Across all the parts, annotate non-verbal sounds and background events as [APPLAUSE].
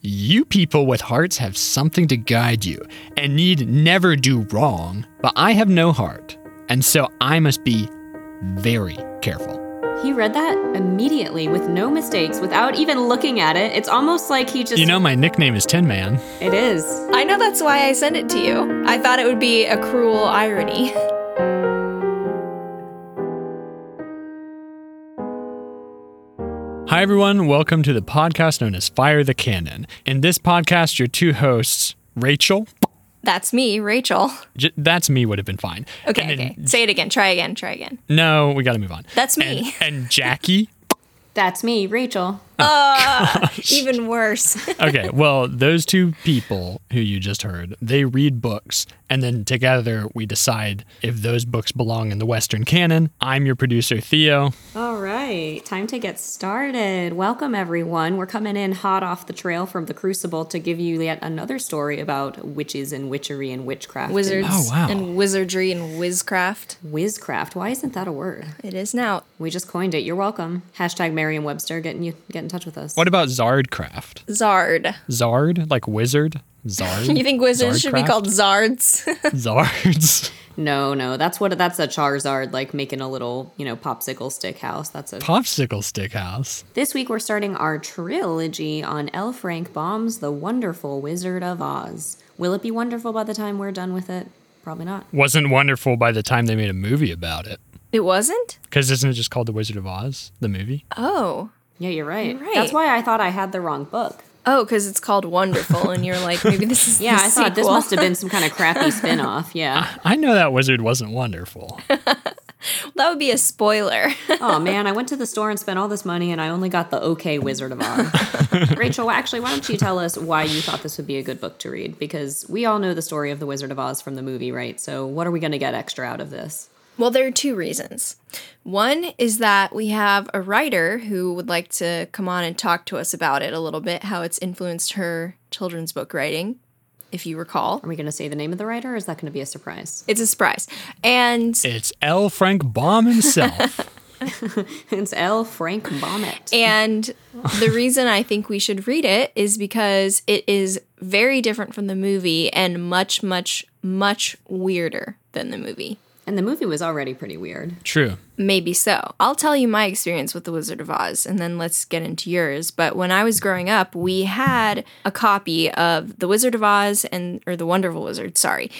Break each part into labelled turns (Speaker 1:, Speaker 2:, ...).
Speaker 1: You people with hearts have something to guide you and need never do wrong, but I have no heart, and so I must be very careful.
Speaker 2: He read that immediately with no mistakes, without even looking at it. It's almost like he just.
Speaker 1: You know, my nickname is Tin Man.
Speaker 2: It is.
Speaker 3: I know that's why I sent it to you. I thought it would be a cruel irony. [LAUGHS]
Speaker 1: Hi, everyone. Welcome to the podcast known as Fire the Cannon. In this podcast, your two hosts, Rachel,
Speaker 3: That's me, Rachel.
Speaker 1: J- that's me, would have been fine.
Speaker 3: Okay,
Speaker 1: And then-
Speaker 3: okay. Say it again. Try again. Try again.
Speaker 1: No, we got to move on.
Speaker 3: That's
Speaker 1: And-
Speaker 3: [LAUGHS]
Speaker 1: oh,
Speaker 3: me.
Speaker 1: And, Jackie.
Speaker 2: That's me, Rachel.
Speaker 3: Ah,
Speaker 1: [LAUGHS]
Speaker 3: Even worse.
Speaker 1: Okay, well, those two people who you just heard, they read books, and then together we decide if those books belong in the Western canon. I'm your producer, Theo.
Speaker 2: All right, time to get started. Welcome, everyone. We're coming in hot off the trail from the Crucible to give you yet another story about witches and witchery and witchcraft.
Speaker 3: Wizards
Speaker 1: Oh, wow.
Speaker 3: and wizardry and whizcraft.
Speaker 2: And wizcraft. Why isn't that a word?
Speaker 3: It is now.
Speaker 2: We just coined it. You're welcome. Hashtag Merriam Webster. Getting you get in touch with us.
Speaker 1: What about Zardcraft?
Speaker 3: Zard.
Speaker 1: Zard? Like wizard? Zard?
Speaker 3: You think wizards should be
Speaker 1: Zardcraft?
Speaker 3: called [LAUGHS] zards?
Speaker 1: Zards?
Speaker 2: No, no, that's what that's a Charizard like making a little, you know, popsicle stick house. That's a
Speaker 1: Popsicle stick house.
Speaker 2: This week we're starting our trilogy on L. Frank Baum's The Wonderful Wizard of Oz. Will it be wonderful by the time we're done with it? Probably not.
Speaker 1: Wasn't wonderful by the time they made a movie about it.
Speaker 3: it wasn't?
Speaker 1: Because isn't it just called The Wizard of Oz, the movie?
Speaker 3: Oh.
Speaker 2: Yeah, you're right.
Speaker 3: You're right.
Speaker 2: That's why I thought I had the wrong book.
Speaker 3: Oh, because it's called Wonderful, and you're like, maybe this
Speaker 2: [LAUGHS]
Speaker 3: is
Speaker 2: Yeah,
Speaker 3: the
Speaker 2: I thought this
Speaker 3: sequel.
Speaker 2: must have been some kind of
Speaker 3: [LAUGHS]
Speaker 2: crappy spin-off. Yeah.
Speaker 1: I know that wizard wasn't wonderful.
Speaker 3: that would be a spoiler.
Speaker 2: Oh man, I went to the store and spent all this money and I only got the okay Wizard of Oz.
Speaker 3: [LAUGHS]
Speaker 2: Rachel, well, actually, why don't you tell us why you thought this would be a good book to read? Because we all know the story of the Wizard of Oz from the movie, right? So what are we gonna get extra out of this?
Speaker 3: Well, there are two reasons. One is that we have a writer who would like to come on and talk to us about it a little bit, how it's influenced her children's book writing, if you recall.
Speaker 2: Are we gonna say the name of the writer or is that gonna be a surprise?
Speaker 3: It's a surprise. And
Speaker 1: it's L. Frank Baum himself.
Speaker 3: [LAUGHS]
Speaker 2: It's L. Frank Bonnet.
Speaker 3: and the reason I think we should read it is because it is very different from the movie and much much much weirder than the movie.
Speaker 2: And the movie was already pretty weird.
Speaker 1: True.
Speaker 3: Maybe so. I'll tell you my experience with The Wizard of Oz and then let's get into yours. But when I was growing up, we had a copy of The Wizard of Oz and or The Wonderful Wizard, sorry. [LAUGHS]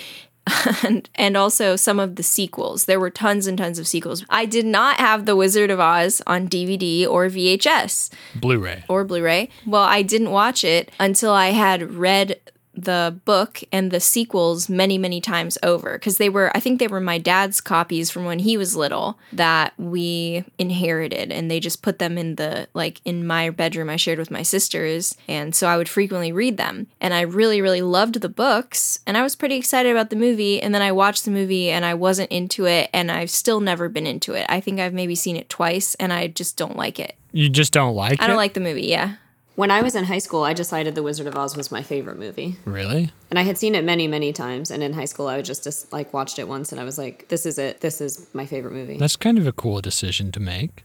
Speaker 3: And, and also some of the sequels. There were tons and tons of sequels. I did not have The Wizard of Oz on DVD or VHS
Speaker 1: Blu-ray.
Speaker 3: or Blu-ray. Well, I didn't watch it until I had read the book and the sequels many, many times over because they were I think they were my dad's copies from when he was little that we inherited and they just put them in the like in my bedroom I shared with my sisters and so I would frequently read them and I really really loved the books and I was pretty excited about the movie and then I watched the movie and I wasn't into it and I've still never been into it. I think I've maybe seen it twice and I just don't like it.
Speaker 1: You just don't like
Speaker 3: I
Speaker 1: it?
Speaker 3: don't like the movie, yeah.
Speaker 2: When I was in high school, I decided The Wizard of Oz was my favorite movie.
Speaker 1: Really?
Speaker 2: And I had seen it many, many times. And in high school, I would just, just like watched it once and I was like, this is it. This is my favorite movie.
Speaker 1: That's kind of a cool decision to [LAUGHS] make.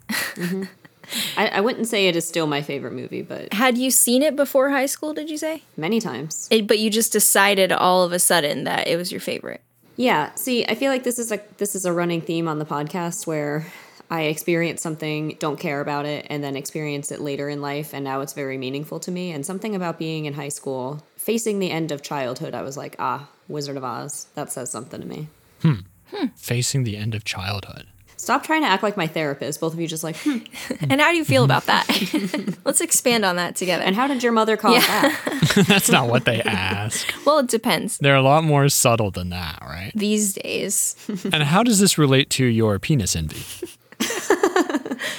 Speaker 2: I, I wouldn't say it is still my favorite movie, but
Speaker 3: Had you seen it before high school, did you say?
Speaker 2: many times.
Speaker 3: It, but you just decided all of a sudden that it was your favorite.
Speaker 2: Yeah. See, I feel like this is a this is a running theme on the podcast where I experience something, don't care about it, and then experience it later in life, and now it's very meaningful to me. And something about being in high school, facing the end of childhood, I was like, ah, Wizard of Oz. That says something to me.
Speaker 1: Facing the end of childhood.
Speaker 2: Stop trying to act like my therapist. Both of you just like, hmm.
Speaker 3: And how do you feel about that? [LAUGHS] Let's expand on that together.
Speaker 2: and how did your mother call it that?
Speaker 1: That's not what they ask.
Speaker 3: Well, it depends.
Speaker 1: They're a lot more subtle than that, [LAUGHS] right?
Speaker 3: These days,
Speaker 1: And how does this relate to your penis envy?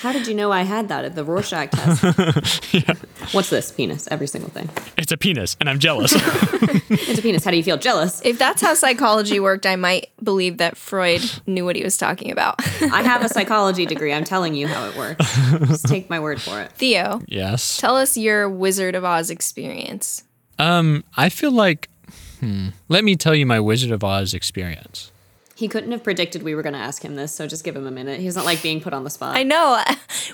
Speaker 2: How did you know I had that at the Rorschach test? What's this? Penis. Every single thing.
Speaker 1: It's a penis, and I'm jealous.
Speaker 2: It's a penis. How do you feel? Jealous.
Speaker 3: if that's how psychology worked, I might believe that Freud knew what he was talking about. [LAUGHS]
Speaker 2: I have a psychology degree. I'm telling you how it works. Just take my word for it.
Speaker 3: Theo,
Speaker 1: [LAUGHS] yes.
Speaker 3: tell us your Wizard of Oz experience.
Speaker 1: Um, I feel like, hmm, let me tell you my Wizard of Oz experience.
Speaker 2: He couldn't have predicted we were going to ask him this, so just give him a minute. He's not like being put on the spot.
Speaker 3: I [LAUGHS] know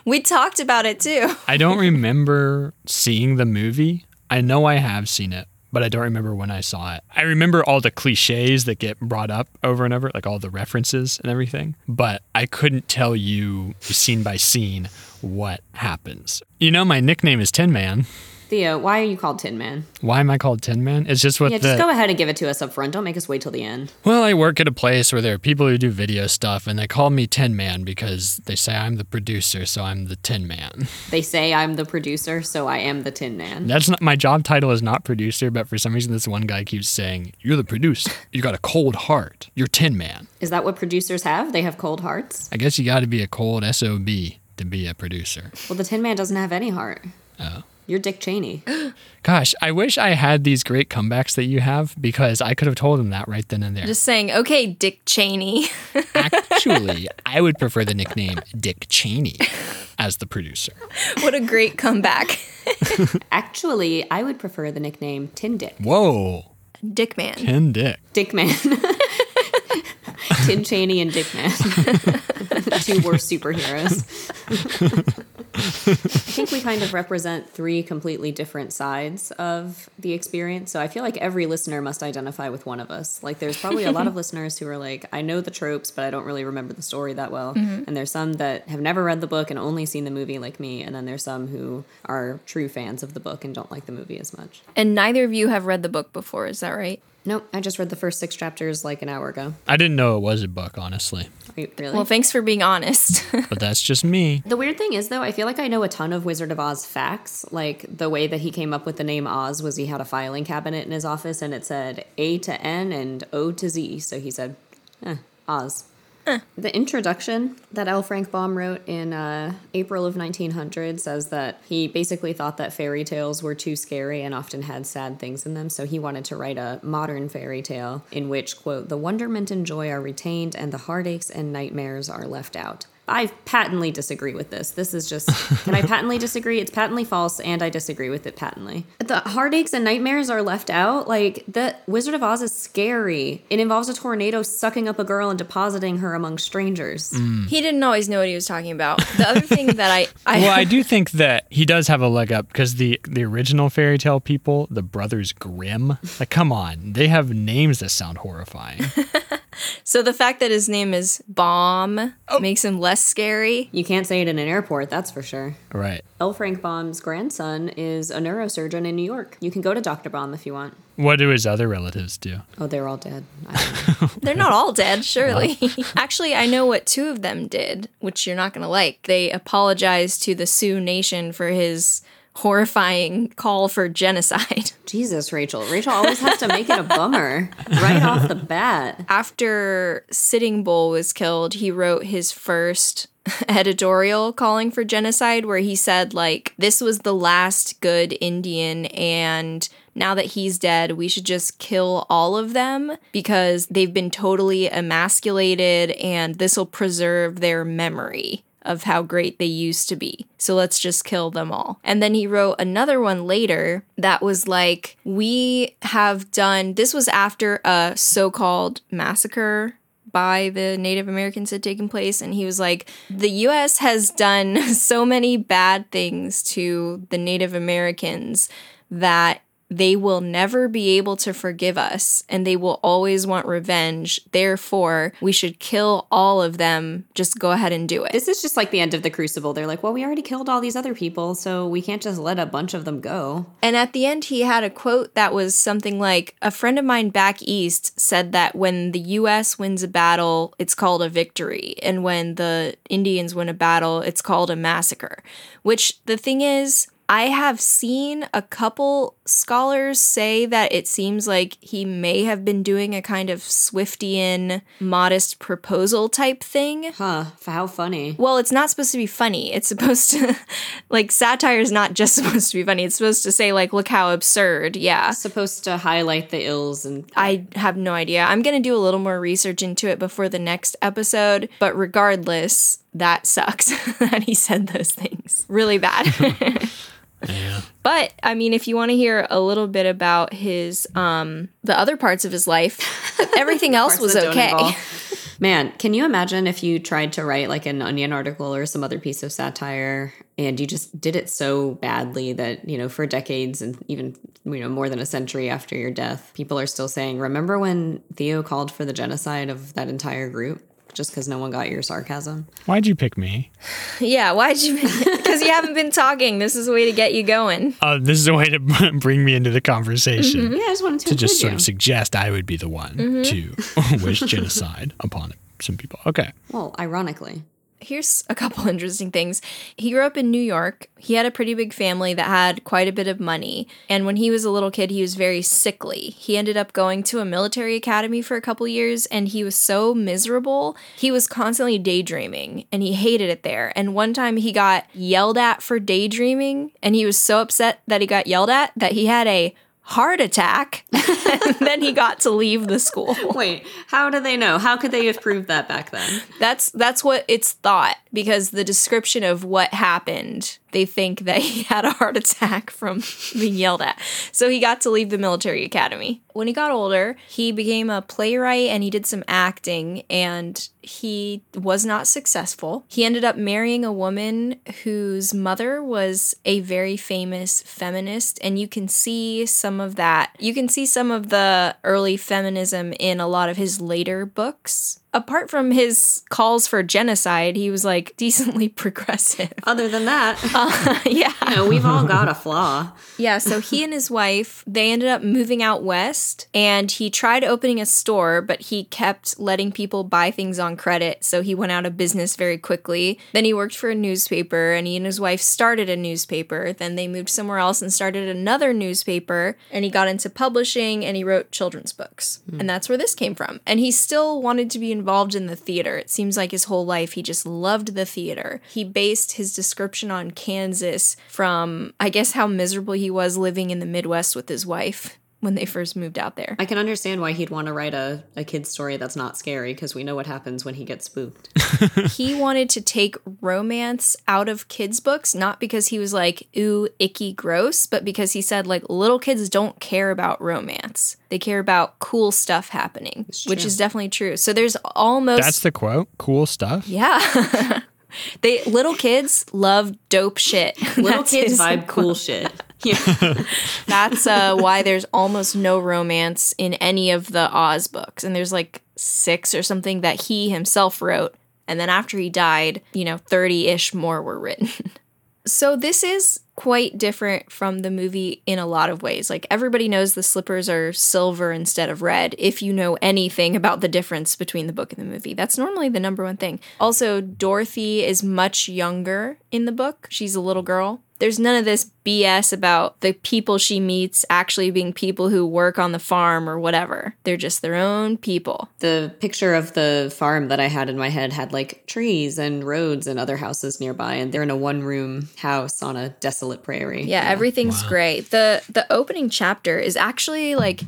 Speaker 3: we talked about it too.
Speaker 1: I don't remember seeing the movie. I know I have seen it, but I don't remember when I saw it. I remember all the cliches that get brought up over and over, like all the references and everything, but I couldn't tell you scene by scene what happens. You know, my nickname is Tin Man.
Speaker 2: Theo, why are you called Tin Man?
Speaker 1: Why am I called Tin Man? It's just what
Speaker 2: Yeah,
Speaker 1: the
Speaker 2: just go ahead and give it to us up front. Don't make us wait till the end.
Speaker 1: Well, I work at a place where there are people who do video stuff, and they call me Tin Man because they say I'm the producer, so I'm the Tin Man.
Speaker 2: They say I'm the producer, so I am the Tin Man.
Speaker 1: That's not my job title is not producer, but for some reason this one guy keeps saying, "You're the producer. You got a cold heart. You're Tin Man."
Speaker 2: Is that what producers have? They have cold hearts?
Speaker 1: I guess you got to be a cold sob to be a producer.
Speaker 2: Well, the Tin Man doesn't have any heart. Oh. You're Dick Cheney. [GASPS]
Speaker 1: Gosh, I wish I had these great comebacks that you have because I could have told him that right then and there.
Speaker 3: Just [LAUGHS] saying, okay, Dick Cheney. [LAUGHS]
Speaker 1: Actually, I would prefer the nickname Dick Cheney as the producer.
Speaker 3: what a great comeback.
Speaker 2: Actually, I would prefer the nickname Tin Dick.
Speaker 1: Whoa,
Speaker 3: Dick Man.
Speaker 1: Tin Dick.
Speaker 2: Dick [LAUGHS] Man. Tin Cheney and Dick Man. the [LAUGHS] two worst superheroes. I think we kind of represent three completely different sides of the experience. So I feel like every listener must identify with one of us. Like there's probably a lot of listeners who are like, I know the tropes, but I don't really remember the story that well. And there's some that have never read the book and only seen the movie like me. And then there's some who are true fans of the book and don't like the movie as much.
Speaker 3: And neither of you have read the book before, is that right?
Speaker 2: Nope, I just read the first six chapters like an hour ago.
Speaker 1: I didn't know it was a book, honestly.
Speaker 2: Wait, really?
Speaker 3: Well, thanks for being honest. [LAUGHS]
Speaker 1: But that's just me.
Speaker 2: The weird thing is, though, I feel like I know a ton of Wizard of Oz facts. Like the way that he came up with the name Oz was he had a filing cabinet in his office and it said A to N and O to Z. So he said, eh, Oz. The introduction that L. Frank Baum wrote in uh, April of 1900 says that he basically thought that fairy tales were too scary and often had sad things in them, so he wanted to write a modern fairy tale in which, quote, the wonderment and joy are retained and the heartaches and nightmares are left out. I patently disagree with this. This is just, can I patently disagree? It's patently false, and I disagree with it patently. The heartaches and nightmares are left out. Like, the Wizard of Oz is scary. It involves a tornado sucking up a girl and depositing her among strangers.
Speaker 3: he didn't always know what he was talking about. The other thing that I, I,
Speaker 1: Well, I do think that he does have a leg up because the the original fairy tale people, the brothers Grimm, like come on, they have names that sound horrifying.
Speaker 2: [LAUGHS]
Speaker 3: so the fact that his name is Baum makes him less scary.
Speaker 2: You can't say it in an airport, that's for sure.
Speaker 1: right.
Speaker 2: L. Frank Baum's grandson is a neurosurgeon in New York. You can go to Dr. Baum if you want.
Speaker 1: What do his other relatives do?
Speaker 2: Oh, they're all dead. I don't know.
Speaker 3: They're not all dead, surely. [LAUGHS] Actually, I know what two of them did, which you're not going to like. They apologized to the Sioux Nation for his horrifying call for genocide.
Speaker 2: Jesus, Rachel. Rachel always has to make it a bummer right off the bat.
Speaker 3: After Sitting Bull was killed, he wrote his first [LAUGHS] editorial calling for genocide where he said like this was the last good Indian and now that he's dead, we should just kill all of them because they've been totally emasculated and this will preserve their memory of how great they used to be. So let's just kill them all. And then he wrote another one later that was like, We have done this was after a so called massacre by the Native Americans had taken place. And he was like, The US has done [LAUGHS] so many bad things to the Native Americans that they will never be able to forgive us and they will always want revenge. Therefore, we should kill all of them. Just go ahead and do it.
Speaker 2: This is just like the end of the Crucible. They're like, well, we already killed all these other people, so we can't just let a bunch of them go.
Speaker 3: And at the end, he had a quote that was something like A friend of mine back east said that when the US wins a battle, it's called a victory. And when the Indians win a battle, it's called a massacre. Which the thing is, I have seen a couple scholars say that it seems like he may have been doing a kind of Swiftian modest proposal type thing.
Speaker 2: Huh, f- how funny.
Speaker 3: Well, it's not supposed to be funny. It's supposed to, [LAUGHS] like, satire is not just [LAUGHS] supposed to be funny. It's supposed to say, like, look how absurd. Yeah.
Speaker 2: Supposed to highlight the ills and
Speaker 3: I have no idea. I'm going to do a little more research into it before the next episode. But regardless, that sucks [LAUGHS] that he said those things. Really bad. [LAUGHS]
Speaker 1: Yeah.
Speaker 3: But I mean, if you want to hear a little bit about [LAUGHS] his um the other parts of his life, everything else was
Speaker 2: that don't [LAUGHS]
Speaker 3: okay.
Speaker 2: involve Man, can you imagine if you tried to write like an Onion article or some other piece of satire and you just did it so badly that, you know, for decades and even, you know, more than a century after your death, people are still saying, remember when Theo called for the genocide of that entire group? Just because no one got your sarcasm.
Speaker 1: Why'd you pick me?
Speaker 3: [LAUGHS] Yeah, why'd you? Because you haven't been talking. This is a way to get you going.
Speaker 1: Uh, this is a way to [LAUGHS] bring me into the conversation.
Speaker 2: Yeah, I just wanted to,
Speaker 1: To just
Speaker 2: include
Speaker 1: sort
Speaker 2: Mm-hmm. you. Mm-hmm.
Speaker 1: of suggest I would be the one to [LAUGHS] wish genocide upon some people. Okay.
Speaker 2: well, ironically,
Speaker 3: Here's a couple [LAUGHS] interesting things. He grew up in New York. He had a pretty big family that had quite a bit of money. And when he was a little kid, he was very sickly. He ended up going to a military academy for a couple years and he was so miserable. He was constantly daydreaming and he hated it there. And one time he got yelled at for daydreaming and he was so upset that he got yelled at that he had a heart attack. [LAUGHS] and then he got to leave the school.
Speaker 2: wait, how do they know? How could they have proved that back then?
Speaker 3: That's that's what it's thought because the description of what happened, they think that [LAUGHS] he had a heart attack from [LAUGHS] being yelled at. So he got to leave the military academy. When he got older, he became a playwright and he did some acting and he was not successful. He ended up marrying a woman whose mother was a very famous feminist and you can see some of that. You can see some of the early feminism in a lot of his later books apart from his calls for genocide, he was like [LAUGHS] decently progressive.
Speaker 2: Other than [LAUGHS] that,
Speaker 3: Uh, yeah.
Speaker 2: you know, we've all [LAUGHS] got a flaw.
Speaker 3: Yeah, so he and his wife, they ended up moving out west and he tried opening a store, but he kept letting people buy things on credit, so he went out of business very quickly. Then he worked for a newspaper and he and his wife started a newspaper. Then they moved somewhere else and started another newspaper and he got into publishing and he wrote children's books. And that's where this came from. And he still wanted to be involved in the theater. It seems like his whole life he just loved the theater. He based his description on Kansas from, I guess, how miserable he was living in the Midwest with his wife when they first moved out there.
Speaker 2: I can understand why he'd want to write a, a kid's story that's not scary because we know what happens when he gets [LAUGHS] spooked.
Speaker 3: he wanted to take romance out of kids' books, not because he was like, ooh, icky, gross, but because he said, like, little kids don't care about romance. They care about cool stuff happening, which
Speaker 2: true.
Speaker 3: is definitely true. So there's almost.
Speaker 1: That's the quote. Cool stuff.
Speaker 3: yeah. [LAUGHS] they Little kids love dope shit.
Speaker 2: Little
Speaker 3: That's
Speaker 2: kids
Speaker 3: his-
Speaker 2: vibe cool [LAUGHS] shit. Yeah.
Speaker 3: That's uh, why there's almost no romance in any of the Oz books. And there's like six or something that he himself wrote. And then after he died, you know, 30 ish more were written. [LAUGHS] so this is quite different from the movie in a lot of ways. Like everybody knows the slippers are silver instead of red if you know anything [LAUGHS] about the difference between the book and the movie. That's normally the number one thing. Also, Dorothy is much younger in the book. She's a little girl. There's none of this BS about the people she meets actually being people who work on the farm or whatever. They're just their own people.
Speaker 2: the picture of the farm that I had in my head had like trees and roads and other houses nearby, and they're in a one room house on a desolate prairie.
Speaker 3: Yeah, everything's great. The the opening chapter is actually like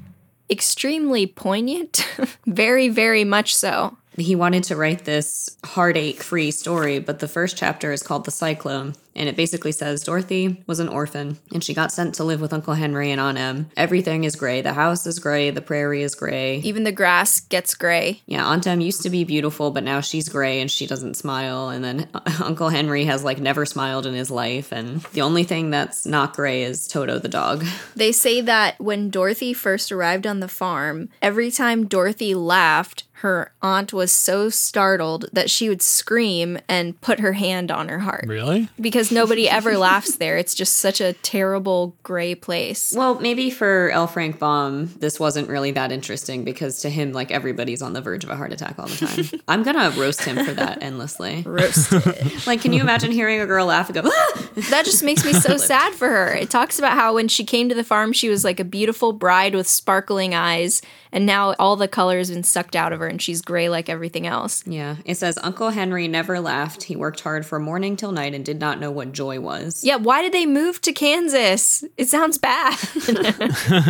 Speaker 3: extremely poignant. [LAUGHS] very, very much so.
Speaker 2: He wanted to write this heartache free story, but the first chapter is called The Cyclone. And it basically says Dorothy was an orphan and she got sent to live with Uncle Henry and Aunt Em. Everything is gray. The house is gray. The prairie is gray.
Speaker 3: Even the grass gets gray.
Speaker 2: Yeah, Aunt Em used to be beautiful, but now she's gray and she doesn't smile. And then [LAUGHS] Uncle Henry has like never smiled in his life. And the only thing that's not gray is Toto the dog.
Speaker 3: They say that when Dorothy first arrived on the farm, every time Dorothy laughed, her aunt was so startled that she would scream and put her hand on her heart.
Speaker 1: Really?
Speaker 3: Because nobody ever laughs there. It's just such a terrible
Speaker 2: [LAUGHS]
Speaker 3: gray place.
Speaker 2: Well, maybe for L. Frank Baum, this wasn't really that interesting because to him, like everybody's on the verge of a heart attack all the time. I'm gonna roast him for that endlessly.
Speaker 3: Roasted.
Speaker 2: Like, can you imagine hearing a girl laugh and go, "Ah!"
Speaker 3: that just makes me so sad for her. It talks about how when she came to the farm, she was like a beautiful bride with sparkling eyes, and now all the color has been sucked out of her and she's gray like everything else.
Speaker 2: Yeah, it says Uncle Henry never laughed. He worked hard from morning till night and did not know what joy was.
Speaker 3: Yeah, why did they move to Kansas? It sounds bad. [LAUGHS]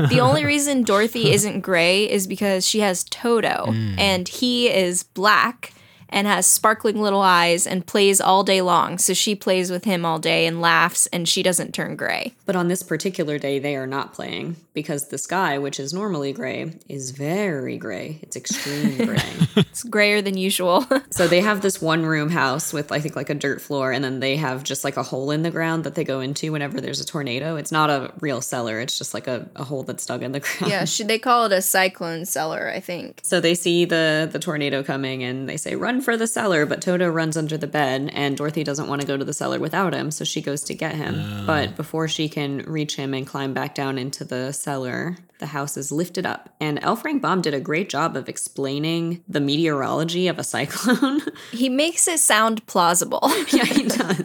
Speaker 3: the only reason Dorothy isn't gray is because she has Toto and he is black. and has sparkling little eyes and plays all day long. So she plays with him all day and laughs and she doesn't turn gray.
Speaker 2: But on this particular day, they are not playing because the sky, which is normally gray, is very gray. It's extreme gray.
Speaker 3: It's grayer than usual. [LAUGHS]
Speaker 2: so they have this one room house with, I think, like a dirt floor, and then they have just like a hole in the ground that they go into whenever there's a tornado. It's not a real cellar, it's just like a, a hole that's dug in the [LAUGHS] ground.
Speaker 3: [LAUGHS] yeah, should they call it a cyclone cellar, I think.
Speaker 2: So they see the the tornado coming and they say run for the cellar, but Toto runs under the bed and Dorothy doesn't want to go to the cellar without him, so she goes to get him. But before she can reach him and climb back down into the cellar, the house is lifted up. And L. Frank Baum did a great job of explaining the meteorology of a [LAUGHS] cyclone.
Speaker 3: He makes it sound [LAUGHS] plausible.
Speaker 2: [LAUGHS] yeah, he does.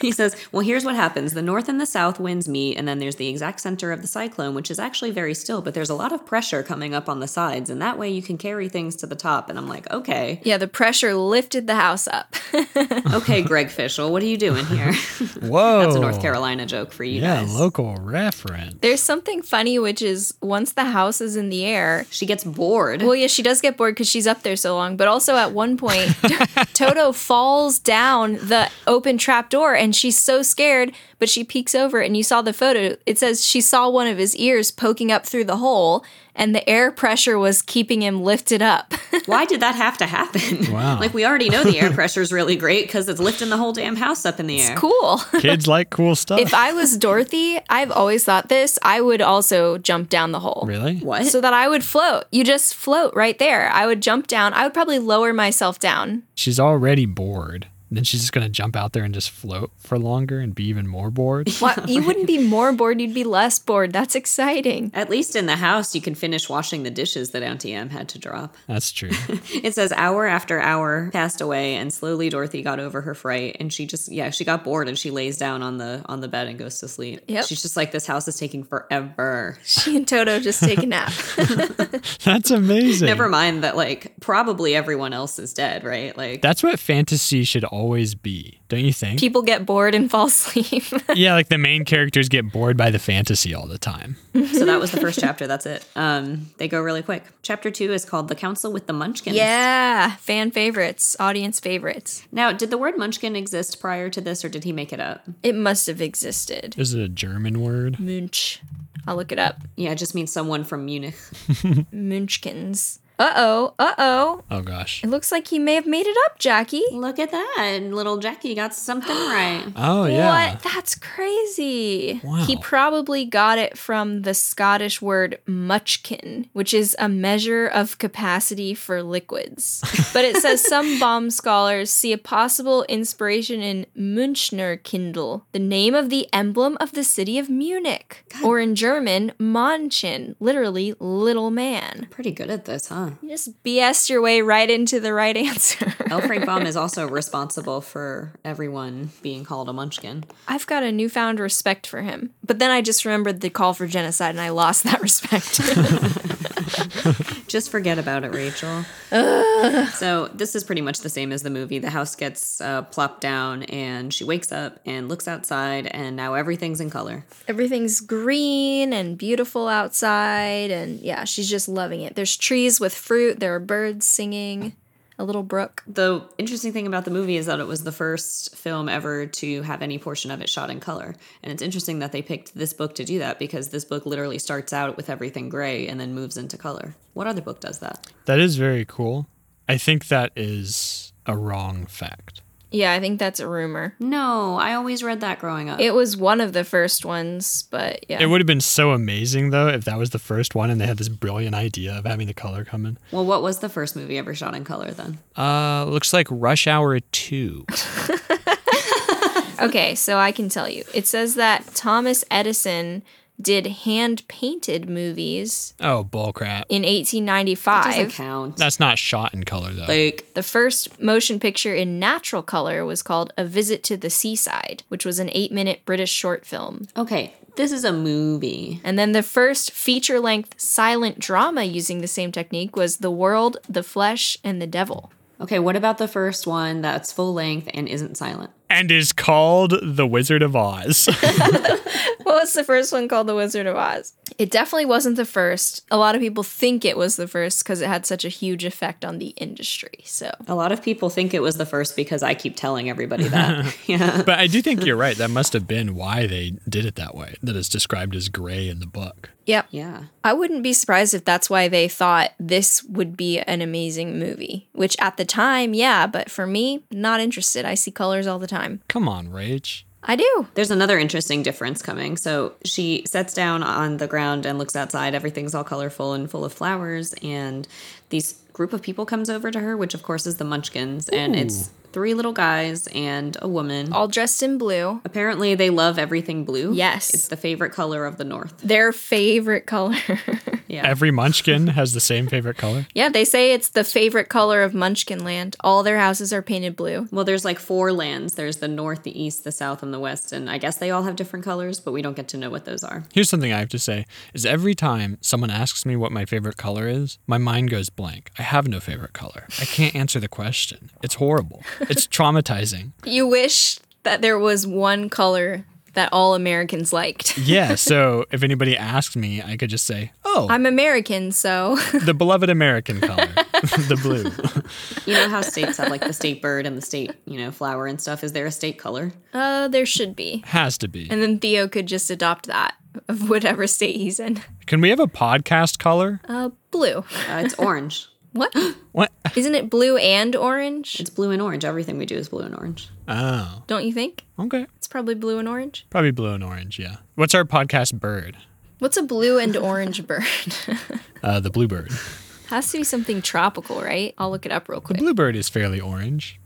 Speaker 2: He says, Well, here's what happens the north and the south winds meet, and then there's the exact center of the cyclone, which is actually very still, but there's a lot of pressure coming up on the sides, and that way you can carry things to the top. And I'm like, Okay,
Speaker 3: yeah, the pressure lifted the house up. [LAUGHS]
Speaker 1: [LAUGHS]
Speaker 2: okay, Greg Fischel, what are you doing here? [LAUGHS]
Speaker 1: Whoa.
Speaker 2: That's a North Carolina joke for you
Speaker 1: Oh. Yeah,
Speaker 2: guys.
Speaker 1: local reference.
Speaker 3: There's something funny, which is once the house is in the air,
Speaker 2: She gets bored.
Speaker 3: Well, yeah, she does get bored because she's up there so long. But also, at one [LAUGHS] point, Toto falls down the open trap door and she's so scared, but she peeks over and you saw the photo. It says she saw one of his ears poking up through the hole and the air pressure was keeping him lifted up. [LAUGHS]
Speaker 2: Why did that have to happen?
Speaker 1: [LAUGHS] Wow.
Speaker 2: like, we already
Speaker 1: [LAUGHS]
Speaker 2: know the air pressure is really great because it's lifting the whole damn house up in the air.
Speaker 3: cool.
Speaker 1: Kids like
Speaker 2: [LAUGHS]
Speaker 1: cool stuff.
Speaker 3: [LAUGHS] if I was Dorothy, I've always thought this, I would also jump down the hole.
Speaker 1: really?
Speaker 2: What?
Speaker 3: So that I would float. You just float right there. I would jump down. I would probably lower myself down.
Speaker 1: She's already bored. Then she's just gonna jump out there and just float for longer and be even more
Speaker 3: [LAUGHS]
Speaker 1: bored.
Speaker 3: What, you wouldn't be more bored, you'd be less bored. That's exciting.
Speaker 2: At least in the house, you can finish washing the dishes that Auntie M had to drop.
Speaker 1: That's
Speaker 3: [LAUGHS]
Speaker 1: true.
Speaker 2: It says hour after hour passed away, and slowly Dorothy got over her fright, and she just yeah she got bored and she lays down on the on the bed and goes to sleep.
Speaker 3: Yep.
Speaker 2: She's just like this house is taking forever.
Speaker 3: She and Toto just take a nap.
Speaker 1: That's amazing.
Speaker 2: Never mind that like probably everyone else is dead, right? Like
Speaker 1: That's what fantasy should always be, don't you think?
Speaker 3: [LAUGHS] People get bored and fall asleep. [LAUGHS]
Speaker 1: yeah, like the main characters get bored by the fantasy all the time.
Speaker 2: so that was the first chapter. That's it. Um, they go really quick. Chapter two is called the Council with the Munchkins.
Speaker 3: yeah, fan favorites, audience favorites.
Speaker 2: Now, did the word Munchkin exist prior to this, or did he make it up?
Speaker 3: It must have existed.
Speaker 1: Is it a German word?
Speaker 3: Munch. I'll look it up.
Speaker 2: Yeah, it just means someone from Munich.
Speaker 3: Munchkins. Uh oh, uh oh.
Speaker 1: Oh gosh.
Speaker 3: It looks like he may have made it up, Jackie.
Speaker 2: Look at that, little Jackie got [GASPS] something right.
Speaker 1: Oh yeah.
Speaker 3: What? That's crazy.
Speaker 1: Wow.
Speaker 3: He probably got it from the Scottish word muchkin, which is a measure of capacity
Speaker 1: [LAUGHS]
Speaker 3: for liquids. but it says some bomb scholars see a possible inspiration in Münchner Kindle, the name of the emblem of the city of Munich, or in German, Manchen, literally little man.
Speaker 2: Pretty good at this, huh?
Speaker 3: You just BS your way right into the right
Speaker 1: [LAUGHS]
Speaker 3: answer.
Speaker 2: L. Frank Baum is also responsible for everyone being called a munchkin.
Speaker 3: I've got a newfound respect for him. But then I just remembered the call for genocide and I lost that [LAUGHS] respect.
Speaker 2: Just forget about it, Rachel. so, this is pretty much the same as the movie. The house gets uh, plopped down, and she wakes up and looks outside, and now everything's in color.
Speaker 3: Everything's green and beautiful outside. And yeah, she's just loving it. There's trees with fruit, there are birds singing, a little brook.
Speaker 2: The interesting thing about the movie is that it was the first film ever to have any portion of it shot in color. And it's interesting that they picked this book to do that because this book literally starts out with everything gray and then moves into color. What other book does that?
Speaker 1: That is very cool. I think that is a wrong fact.
Speaker 3: Yeah, I think that's a rumor.
Speaker 2: No, I always read that growing up.
Speaker 3: It was one of the first ones, but yeah.
Speaker 1: It would have been so amazing though if that was the first one and they had this brilliant idea of having the color come in.
Speaker 2: Well, what was the first movie ever shot in color then?
Speaker 1: Uh looks like Rush Hour
Speaker 3: [LAUGHS]
Speaker 1: 2.
Speaker 3: Okay, so I can tell you. It says that Thomas Edison did hand painted movies
Speaker 1: oh, bull crap.
Speaker 3: in
Speaker 2: Doesn't
Speaker 3: 1895.
Speaker 2: count.
Speaker 1: That's not shot in color though.
Speaker 2: Like
Speaker 3: The first motion picture in natural color was called A Visit to the Seaside, which was an eight minute British short film.
Speaker 2: okay, this is a movie.
Speaker 3: And then the first feature length silent drama using the same technique was The World, the Flesh, and the Devil.
Speaker 2: Okay, what about the first one that's full length and isn't silent?
Speaker 1: and is called The Wizard of Oz.
Speaker 3: What was the first one called The Wizard of Oz? It definitely wasn't the first. A lot of people think it was the first because it had such a huge effect on the industry. So
Speaker 2: A lot of people think it was the first because I keep telling everybody that. [LAUGHS] yeah.
Speaker 1: [LAUGHS] But I do think you're right. That must have been why they did it that way. That is described as gray in the book.
Speaker 3: Yep.
Speaker 2: Yeah.
Speaker 3: I wouldn't be surprised if that's why they thought this would be an amazing movie, which at the time, yeah, but for me, not interested. I see colors all the time.
Speaker 1: Come on, Rach.
Speaker 3: I do.
Speaker 2: There's another interesting difference coming. So she sets down on the ground and looks outside. Everything's all colorful and full of flowers. And this group of people comes over to her, which of course is the Munchkins. And it's three little guys and a woman.
Speaker 3: All dressed in blue.
Speaker 2: Apparently, they love everything blue.
Speaker 3: Yes.
Speaker 2: It's the favorite color of the North.
Speaker 3: Their favorite color. [LAUGHS]
Speaker 2: Yeah.
Speaker 1: Every munchkin has the same favorite color.
Speaker 3: yeah, they say it's the favorite color of Munchkinland. All their houses are painted blue.
Speaker 2: Well, there's like four lands. There's the north, the east, the south, and the west, and I guess they all have different colors, but we don't get to know what those are.
Speaker 1: Here's something I have to say is every time someone asks me what my favorite color is, my mind goes blank. I have no favorite color. I can't answer the question. It's horrible. It's traumatizing.
Speaker 3: You wish that there was one color that all Americans liked. [LAUGHS]
Speaker 1: Yeah, so if anybody asked me, I could just say, "Oh,
Speaker 3: I'm American, so [LAUGHS]
Speaker 1: the beloved American color, [LAUGHS] the blue."
Speaker 2: You know how states have like the state bird and the state, you know, flower and stuff. Is there a state color?
Speaker 3: uh, there should be.
Speaker 1: Has to be.
Speaker 3: And then Theo could just adopt that of whatever state he's in.
Speaker 1: Can we have a podcast color?
Speaker 3: Uh, blue. [LAUGHS]
Speaker 2: Uh, it's orange.
Speaker 3: What?
Speaker 1: What?
Speaker 3: Isn't it blue and orange?
Speaker 2: It's blue and orange. Everything we do is blue and orange.
Speaker 1: Oh,
Speaker 3: Don't you think?
Speaker 1: okay.
Speaker 3: It's probably blue and orange.
Speaker 1: Probably blue and orange, yeah. What's our podcast bird?
Speaker 3: What's a blue and orange [LAUGHS] bird?
Speaker 1: Uh, the
Speaker 3: [LAUGHS]
Speaker 1: bluebird.
Speaker 3: Has to be something tropical, right? I'll look it up real
Speaker 1: The
Speaker 3: quick.
Speaker 1: bluebird is fairly orange.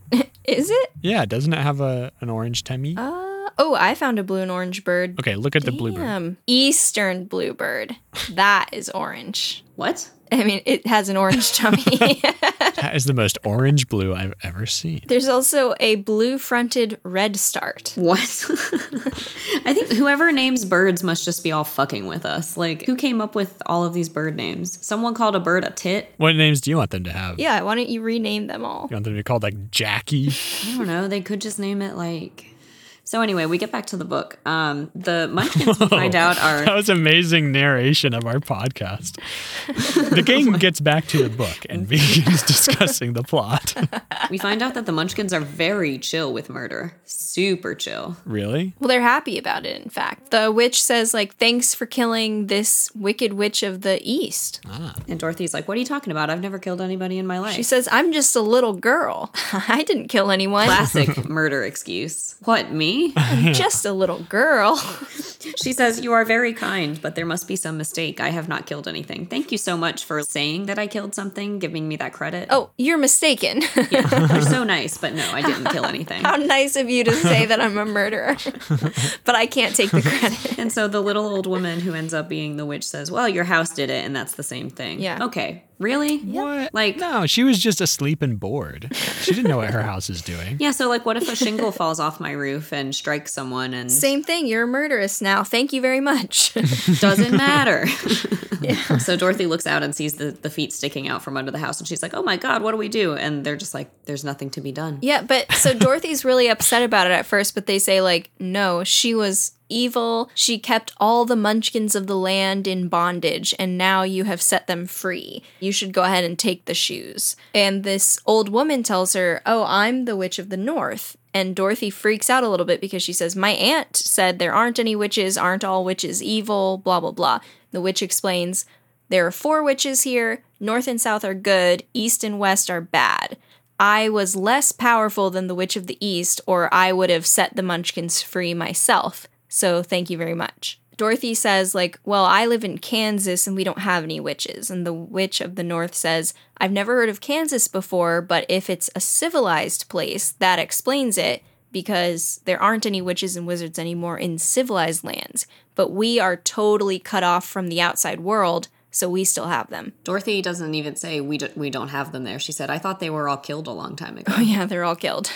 Speaker 3: Is it?
Speaker 1: Yeah, doesn't it have a an orange tummy?
Speaker 3: Uh, oh, I found a blue and orange bird.
Speaker 1: okay, look at the bluebird.
Speaker 3: Damn. Eastern bluebird. That is orange.
Speaker 2: What?
Speaker 3: I mean, it has an [LAUGHS] orange tummy.
Speaker 1: [LAUGHS] That is the most orange blue I've ever seen.
Speaker 3: There's also a blue fronted red start.
Speaker 2: What? [LAUGHS] I think whoever names birds must just be all fucking with us. Like, who came up with all of these bird names? Someone called a bird a tit.
Speaker 1: What names do you want them to have?
Speaker 3: Yeah, why don't you rename them all?
Speaker 1: You want them to be called like Jackie? [LAUGHS]
Speaker 2: I don't know. They could just name it like. So anyway, we get back to the book. Um, the Munchkins we find out are
Speaker 1: That was amazing narration of our podcast.
Speaker 3: [LAUGHS]
Speaker 1: The game gets back to the book and [LAUGHS] begins discussing the plot. [LAUGHS]
Speaker 2: we find out that the Munchkins are very chill with murder. Super chill.
Speaker 1: really?
Speaker 3: Well, they're happy about it, in fact. The witch says, like, thanks for killing this wicked witch of the East.
Speaker 2: And Dorothy's like, "What are you talking about? I've never killed anybody in my life."
Speaker 3: She says, I'm just a little girl. [LAUGHS] I didn't kill
Speaker 2: [LAUGHS]
Speaker 3: anyone.
Speaker 2: Classic murder excuse. What me?
Speaker 3: I'm just a little girl.
Speaker 2: She says, You are very kind, but there must be some mistake. I have not killed anything. Thank you so much for saying that I killed something, giving me that credit.
Speaker 3: Oh, you're mistaken. [LAUGHS]
Speaker 2: You're so nice, but no, I didn't kill anything.
Speaker 3: How nice of you to say that I'm a murderer, but I can't take the credit.
Speaker 2: And so the little old woman who ends up being the witch says, Well, your house did it, and that's the same thing.
Speaker 3: Yeah.
Speaker 2: Okay. Really?
Speaker 1: What?
Speaker 2: Like-
Speaker 1: no, she was just asleep and bored. She didn't know what her house is doing.
Speaker 2: Yeah, so like, what if a shingle falls off my roof and strikes someone and
Speaker 3: Same thing, you're a murderess now. Thank you very much. [LAUGHS]
Speaker 2: doesn't matter? [LAUGHS] So Dorothy looks out and sees the, the feet sticking out from under the house, and she's like, Oh my God, what do we do? And they're just like, There's nothing to be done.
Speaker 3: [LAUGHS] yeah, but so Dorothy's really upset about it at first, but they say, like, no, she was evil. She kept all the munchkins of the land in bondage, and now you have set them free. You should go ahead and take the shoes. And this old woman tells her, Oh, I'm the witch of the north. And Dorothy freaks out a little bit because she says, My aunt said there aren't any witches, aren't all witches evil, blah, blah, blah. The witch explains, There are four witches here. North and south are good, east and west are bad. I was less powerful than the Witch of the East, or I would have set the Munchkins free myself. So thank you very much. Dorothy says, like, well, I live in Kansas and we don't have any witches. And the Witch of the North says, I've never heard of Kansas before, but if it's a civilized place, that explains it because there aren't any witches and wizards anymore in civilized lands. But we are totally cut off from the outside world, so we still have them. [LAUGHS]
Speaker 2: Dorothy doesn't even say, We, do, we don't have them there. She said, I thought they were all killed a long time ago.
Speaker 3: Oh, yeah, they're all killed.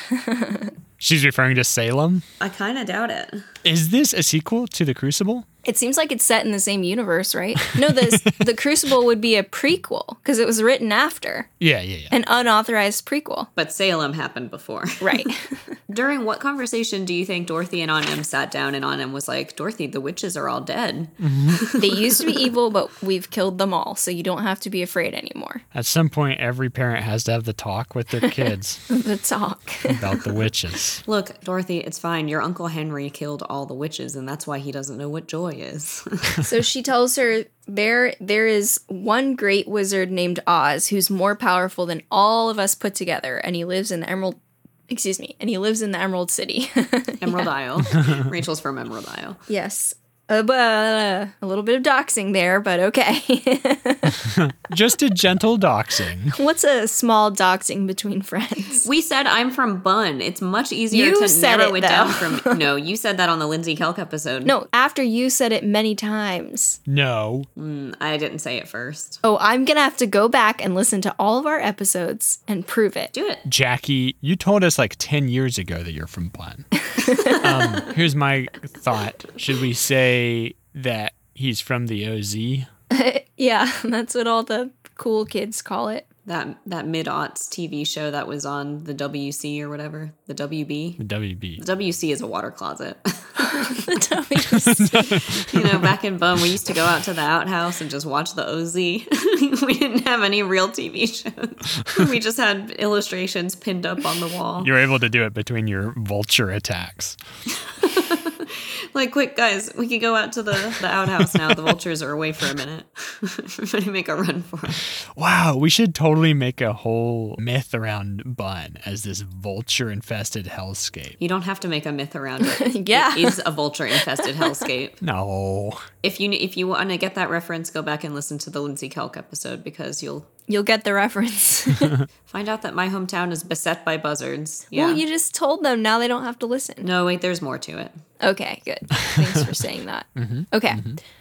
Speaker 1: She's referring to Salem.
Speaker 2: I kind of doubt it.
Speaker 1: Is this a sequel to The Crucible?
Speaker 3: It seems like it's set in the same universe, right? No, [LAUGHS] the the Crucible would be a prequel because it was written after
Speaker 1: Yeah, yeah, yeah.
Speaker 3: an unauthorized prequel,
Speaker 2: But Salem happened before.
Speaker 3: [LAUGHS] right?
Speaker 2: During what conversation do you think Dorothy and Onim sat down and Onim was like, Dorothy, the witches are all dead?
Speaker 3: they used to be evil, but we've killed them all, so you don't have to be afraid anymore.
Speaker 1: At some point, every parent has to have the talk with their [LAUGHS] kids
Speaker 3: the talk.
Speaker 1: about the witches.
Speaker 2: Look, Dorothy, it's fine. Your Uncle Henry killed all the witches, and that's why he doesn't know what joy is.
Speaker 3: [LAUGHS]
Speaker 2: [LAUGHS]
Speaker 3: so she tells her there there is one great wizard named Oz who's more powerful than all of us put together and he lives in the Emerald excuse me and he lives in the Emerald City. [LAUGHS]
Speaker 2: Emerald Isle. Rachel's from Emerald Isle.
Speaker 3: yes. Uh, buh, a little bit of doxing there, but okay. [LAUGHS]
Speaker 1: Just a gentle doxing.
Speaker 3: What's a small doxing between [LAUGHS] friends?
Speaker 2: We said I'm from Bun. It's much easier
Speaker 3: You
Speaker 2: to
Speaker 3: said
Speaker 2: narrow
Speaker 3: it,
Speaker 2: it, down
Speaker 3: though. [LAUGHS]
Speaker 2: from. No, you said that on the Lindsay Kelk episode.
Speaker 3: No, after you said it many times.
Speaker 1: No.
Speaker 2: I didn't say it first.
Speaker 3: Oh, I'm going to have to go back and listen to all of our episodes and prove it.
Speaker 2: Do it.
Speaker 1: Jackie, you told us like 10 years ago that you're from [LAUGHS] Bun. um, here's my thought Should we say that he's from the OZ?
Speaker 3: Yeah, [LAUGHS] that's what all the cool kids call it. [LAUGHS]
Speaker 2: That that mid aughts TV show that was on the WC or whatever. The WB.
Speaker 1: The WB.
Speaker 2: The WC is a water closet. [LAUGHS]
Speaker 3: The [LAUGHS] WC.
Speaker 2: you know, back in Bun, we used to go out to the outhouse and just watch the OZ. [LAUGHS] we didn't have any real TV shows. [LAUGHS] we just had illustrations pinned up on the wall.
Speaker 1: You're able to do it between your vulture attacks.
Speaker 2: Like, quick, guys, we can go out to the, the outhouse now. The vultures are away for a minute. [LAUGHS] Everybody make a run for it.
Speaker 1: Wow, we should totally make a whole myth around Bun as this vulture infested hellscape.
Speaker 2: You don't have to make a myth around
Speaker 3: [LAUGHS]
Speaker 2: it.
Speaker 3: Yeah.
Speaker 2: It is a vulture infested hellscape.
Speaker 1: No.
Speaker 2: If you if you want to get that reference, go back and listen to the Lindsay Kelk episode because you'll
Speaker 3: You'll get the reference. [LAUGHS]
Speaker 2: find out that my hometown is beset by buzzards. Yeah.
Speaker 3: Well, you just told them. Now they don't have to listen.
Speaker 2: no, wait, there's more to it.
Speaker 3: Okay, good. Thanks for [LAUGHS] saying that. Okay.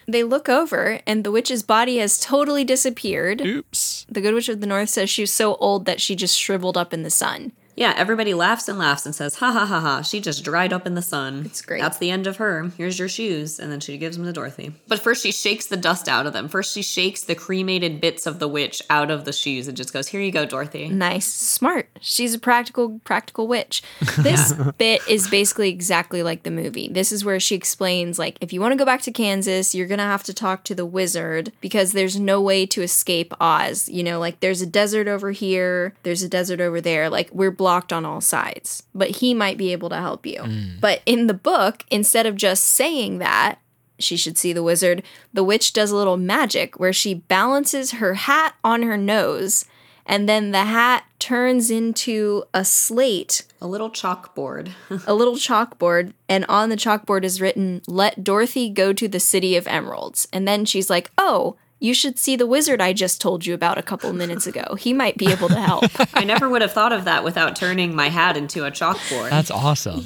Speaker 3: They look over, and the witch's body has totally disappeared.
Speaker 1: Oops.
Speaker 3: The Good Witch of the North says she was so old that she just shriveled up in the sun.
Speaker 2: Yeah, everybody laughs and laughs and says, ha ha ha ha, she just dried up in the sun. It's
Speaker 3: great.
Speaker 2: That's the end of her. Here's your shoes. And then she gives them to Dorothy. But first, she shakes the dust out of them. First, she shakes the cremated bits of the witch out of the shoes and just goes, here you go, Dorothy.
Speaker 3: Nice, smart. She's a practical, practical witch. This bit is basically exactly like the movie. This is where she explains, like, if you want to go back to Kansas, you're gonna have to talk to the wizard because there's no way to escape Oz. You know, like there's a desert over here, there's a desert over there. Like we're blocked on all sides, but he might be able to help you. But in the book, instead of just saying that. She should see the wizard. The witch does a little magic where she balances her hat on her nose and then the hat turns into a slate,
Speaker 2: A little chalkboard. [LAUGHS]
Speaker 3: a little chalkboard, and on the chalkboard is written, Let Dorothy go to the City of Emeralds. And then she's like, Oh, you should see the wizard I just told you about a couple minutes ago. He might be able to help.
Speaker 2: I never would have thought of that without turning my hat into a chalkboard.
Speaker 1: That's awesome.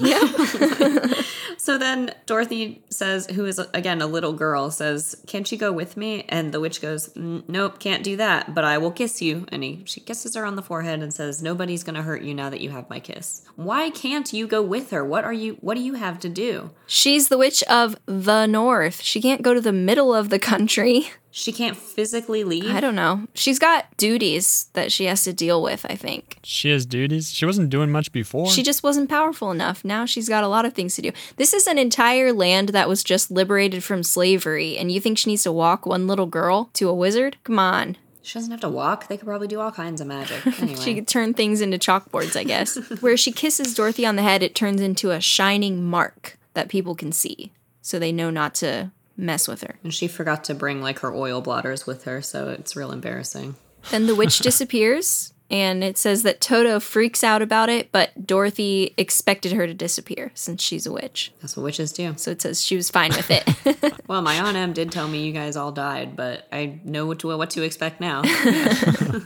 Speaker 2: So then Dorothy says, who is again a little girl, says, "Can't you go with me?" And the witch goes, "Mm, "Nope, can't do that. But I will kiss you." And he, she kisses her on the forehead and says, "Nobody's gonna hurt you now that you have my kiss. Why can't you go with her? What are you? What do you have to do?
Speaker 3: She's the witch of the north. She can't go to the middle of the country.
Speaker 2: She can't physically leave.
Speaker 3: I don't know. She's got duties that she has to deal with, I think.
Speaker 1: She has duties. She wasn't doing much before.
Speaker 3: She just wasn't powerful enough. Now she's got a lot of things to do. This is an entire land that was just liberated from slavery, and you think she needs to walk one little girl to a wizard? Come on.
Speaker 2: she doesn't have to walk. They could probably do all kinds of magic anyway."
Speaker 3: [LAUGHS] She could turn things into chalkboards, I guess. Where she kisses Dorothy on the head, it turns into a shining mark that people can see, so they know not to mess with her.
Speaker 2: and she forgot to bring like her oil blotters with her, so it's real embarrassing.
Speaker 3: Then the witch disappears, and it says that Toto freaks out about it, but Dorothy expected her to disappear since she's a witch.
Speaker 2: That's what witches do.
Speaker 3: So it says she was fine with it.
Speaker 2: Well, my Aunt Em did tell me you guys all died, but I know what to, what to expect now. [LAUGHS]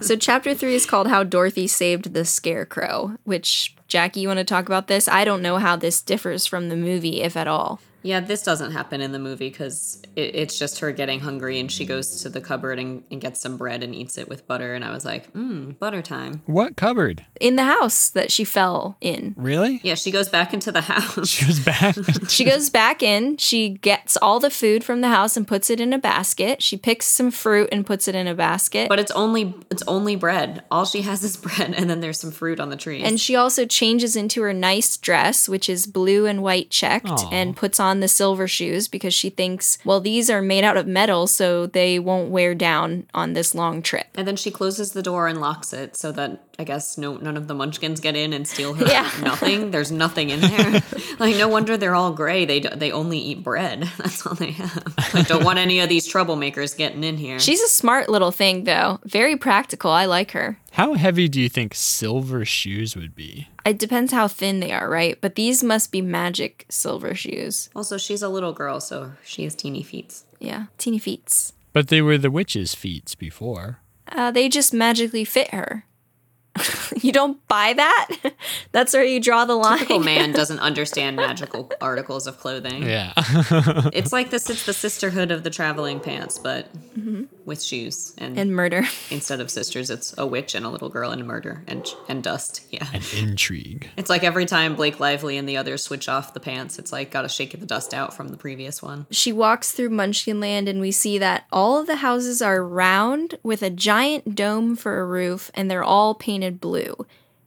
Speaker 3: So chapter three is called How Dorothy Saved the Scarecrow, which Jackie, you want to talk about this? I don't know how this differs from the movie, if at all.
Speaker 2: Yeah, this doesn't happen in the movie because it, it's just her getting hungry and she goes to the cupboard and, and gets some bread and eats it with butter. And I was like, mmm, butter time.
Speaker 1: What cupboard?
Speaker 3: in the house that she fell in.
Speaker 1: Really?
Speaker 2: Yeah, she goes back into the [LAUGHS] house.
Speaker 1: She was back. [LAUGHS]
Speaker 3: She goes back in, she gets all the food from the house and puts it in a basket. She picks some fruit and puts it in a basket.
Speaker 2: But it's only it's only bread. All she has is [LAUGHS] bread, and then there's some fruit on the trees.
Speaker 3: and she also changes into her nice dress, which is blue and white checked,
Speaker 1: Aw.
Speaker 3: and puts on the silver shoes because she thinks, well, these are made out of metal, so they won't wear down on this long trip.
Speaker 2: And then she closes the door and locks it so that I guess no none of the munchkins get in and steal her
Speaker 3: [LAUGHS] Yeah.
Speaker 2: nothing. There's nothing in
Speaker 3: [LAUGHS]
Speaker 2: there. like no wonder they're all gray. They d- they only eat bread. [LAUGHS] That's all they have. I don't want any of these troublemakers getting in here.
Speaker 3: She's a smart little thing, though. Very practical. I like her.
Speaker 1: How heavy do you think silver shoes would be?
Speaker 3: It depends how thin they are, right? But these must be magic silver shoes.
Speaker 2: also, she's a little girl, so she has teeny feet.
Speaker 3: Yeah, teeny feets.
Speaker 1: But they were the witch's feet before.
Speaker 3: Uh, they just magically fit her. [LAUGHS] you don't buy that? [LAUGHS] That's where you draw the line.
Speaker 2: Typical [LAUGHS] man doesn't understand magical articles of clothing.
Speaker 1: Yeah.
Speaker 2: It's like this. It's the sisterhood of the traveling pants, but with shoes Mm-hmm. and,
Speaker 3: And murder.
Speaker 2: instead of sisters, it's a witch and a little girl and murder and and dust. Yeah.
Speaker 1: [LAUGHS] An intrigue.
Speaker 2: It's like every time Blake Lively and the others switch off the pants, it's like gotta shake the dust out from the previous one.
Speaker 3: She walks through Munchkinland, and we see that all of the houses are round with a giant dome for a roof, and they're all painted blue.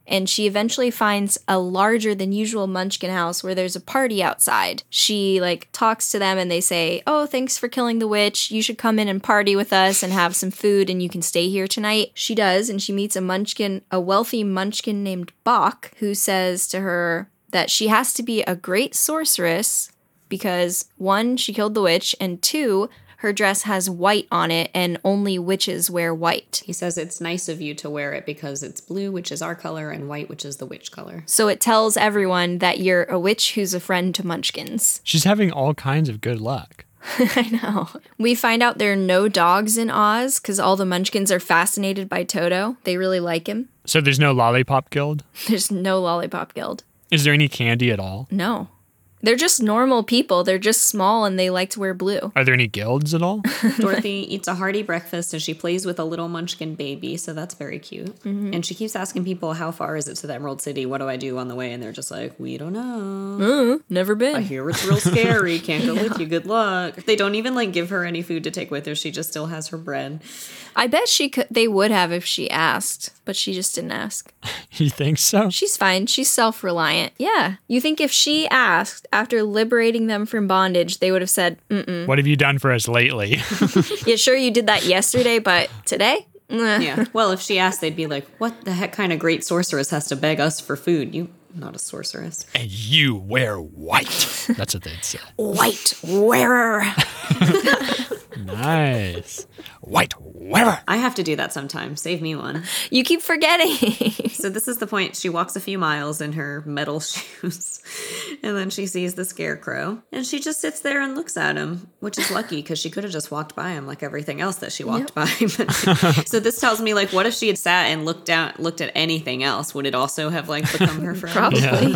Speaker 3: And she eventually finds a larger than usual Munchkin house where there's a party outside. She like talks to them, and they say, "Oh, thanks for killing the witch. You should come in and party with us and have some food, and you can stay here tonight." She does, and she meets a Munchkin, a wealthy Munchkin named Bach, who says to her that she has to be a great sorceress because one, she killed the witch, and two, her dress has white on it, and only witches wear white.
Speaker 2: He says it's nice of you to wear it because it's blue, which is our color, and white, which is the witch color.
Speaker 3: So it tells everyone that you're a witch who's a friend to munchkins. [LAUGHS]
Speaker 1: She's having all kinds of good luck.
Speaker 3: I know. We find out there are no dogs in Oz because all the munchkins are fascinated by Toto. They really like him. [LAUGHS]
Speaker 1: So there's no lollipop guild?
Speaker 3: There's no lollipop guild.
Speaker 1: Is there any candy at all?
Speaker 3: No. They're just normal people. They're just small and they like to wear blue.
Speaker 1: Are there any guilds at all?
Speaker 2: Dorothy eats a hearty breakfast and she plays with a little munchkin baby, so that's very cute. And she keeps asking people, How far is it to the Emerald City? What do I do on the way? And they're just like, We don't know.
Speaker 3: Mm, never
Speaker 2: I
Speaker 3: been.
Speaker 2: hear it's real scary. Can't go with you. Good luck. They don't even like give her any food to take with her. She just still has her bread.
Speaker 3: I bet she could. They would have if she asked, but she just didn't ask.
Speaker 1: you think so?
Speaker 3: She's fine. She's self reliant. Yeah. You think if she asked after liberating them from bondage, they would have said, Mm-mm.
Speaker 1: What have you done for us lately?
Speaker 3: Yeah, sure, you did that yesterday, but today? mm, Nah.
Speaker 2: Yeah. Well, if she asked, they'd be like, "What the heck kind of great sorceress has to beg us for food? You not a sorceress."
Speaker 1: [LAUGHS] and you wear white. Oh. That's what they'd say.
Speaker 3: White wearer.
Speaker 1: Nice. White wearer.
Speaker 2: I have to do that sometime. Save me one.
Speaker 3: You keep forgetting.
Speaker 2: So this is the point. She walks a few miles in her metal [LAUGHS] shoes, and then she sees the scarecrow, and she just sits there and looks at him, which is lucky because she could have just walked by him like everything else that she walked by. [LAUGHS] But- so this tells me, like, what if she had sat and looked down, looked at anything else? Would it also have like become her friend?
Speaker 3: Probably.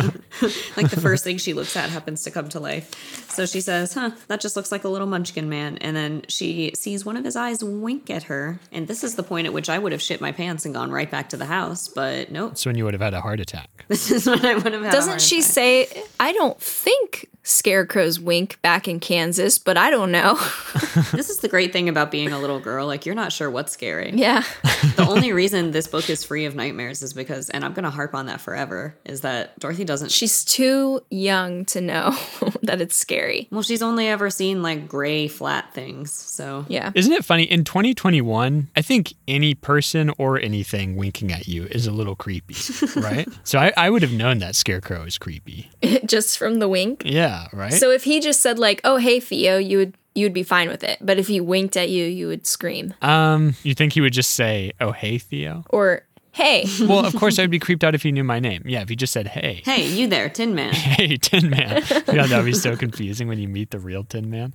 Speaker 2: like the first thing she looks at happens to come to life. So she says, "Huh, that just looks like a little munchkin man." And then she sees one of his eyes wink at her, and this is the point at which I would have shit my pants and gone right back to the house, but nope.
Speaker 1: That's when you would have had a heart attack.
Speaker 2: This is when I would have had a
Speaker 3: Doesn't
Speaker 2: heart
Speaker 3: she
Speaker 2: attack.
Speaker 3: say, I don't think scarecrows wink back in Kansas, but I don't know? [LAUGHS]
Speaker 2: This is the great thing about being a little girl, like you're not sure what's scary.
Speaker 3: yeah.
Speaker 2: The [LAUGHS] only reason this book is free of nightmares is because and I'm going to harp on that forever is that Dorothy doesn't
Speaker 3: She's too young to know [LAUGHS] that it's scary.
Speaker 2: well, she's only ever seen like gray flat things. So,
Speaker 3: Yeah.
Speaker 1: Isn't it funny? In 2021, I think any person or anything winking at you is a little [LAUGHS] creepy, right? so I, I would have known that scarecrow is creepy.
Speaker 3: [LAUGHS] Just from the wink.
Speaker 1: Yeah, right?
Speaker 3: So if he just said like, "Oh, hey Theo," you would you would be fine with it. But if he winked at you, you would scream
Speaker 1: um, you think he would just say, oh, hey, Theo?
Speaker 3: or "Hey."
Speaker 1: Well, of course, I'd be creeped out if he knew my name. Yeah, if he just said, hey. [LAUGHS]
Speaker 2: hey, you there, Tin [LAUGHS] Man.
Speaker 1: Hey, Tin Man. Yeah, that would be so confusing when you meet the real Tin Man.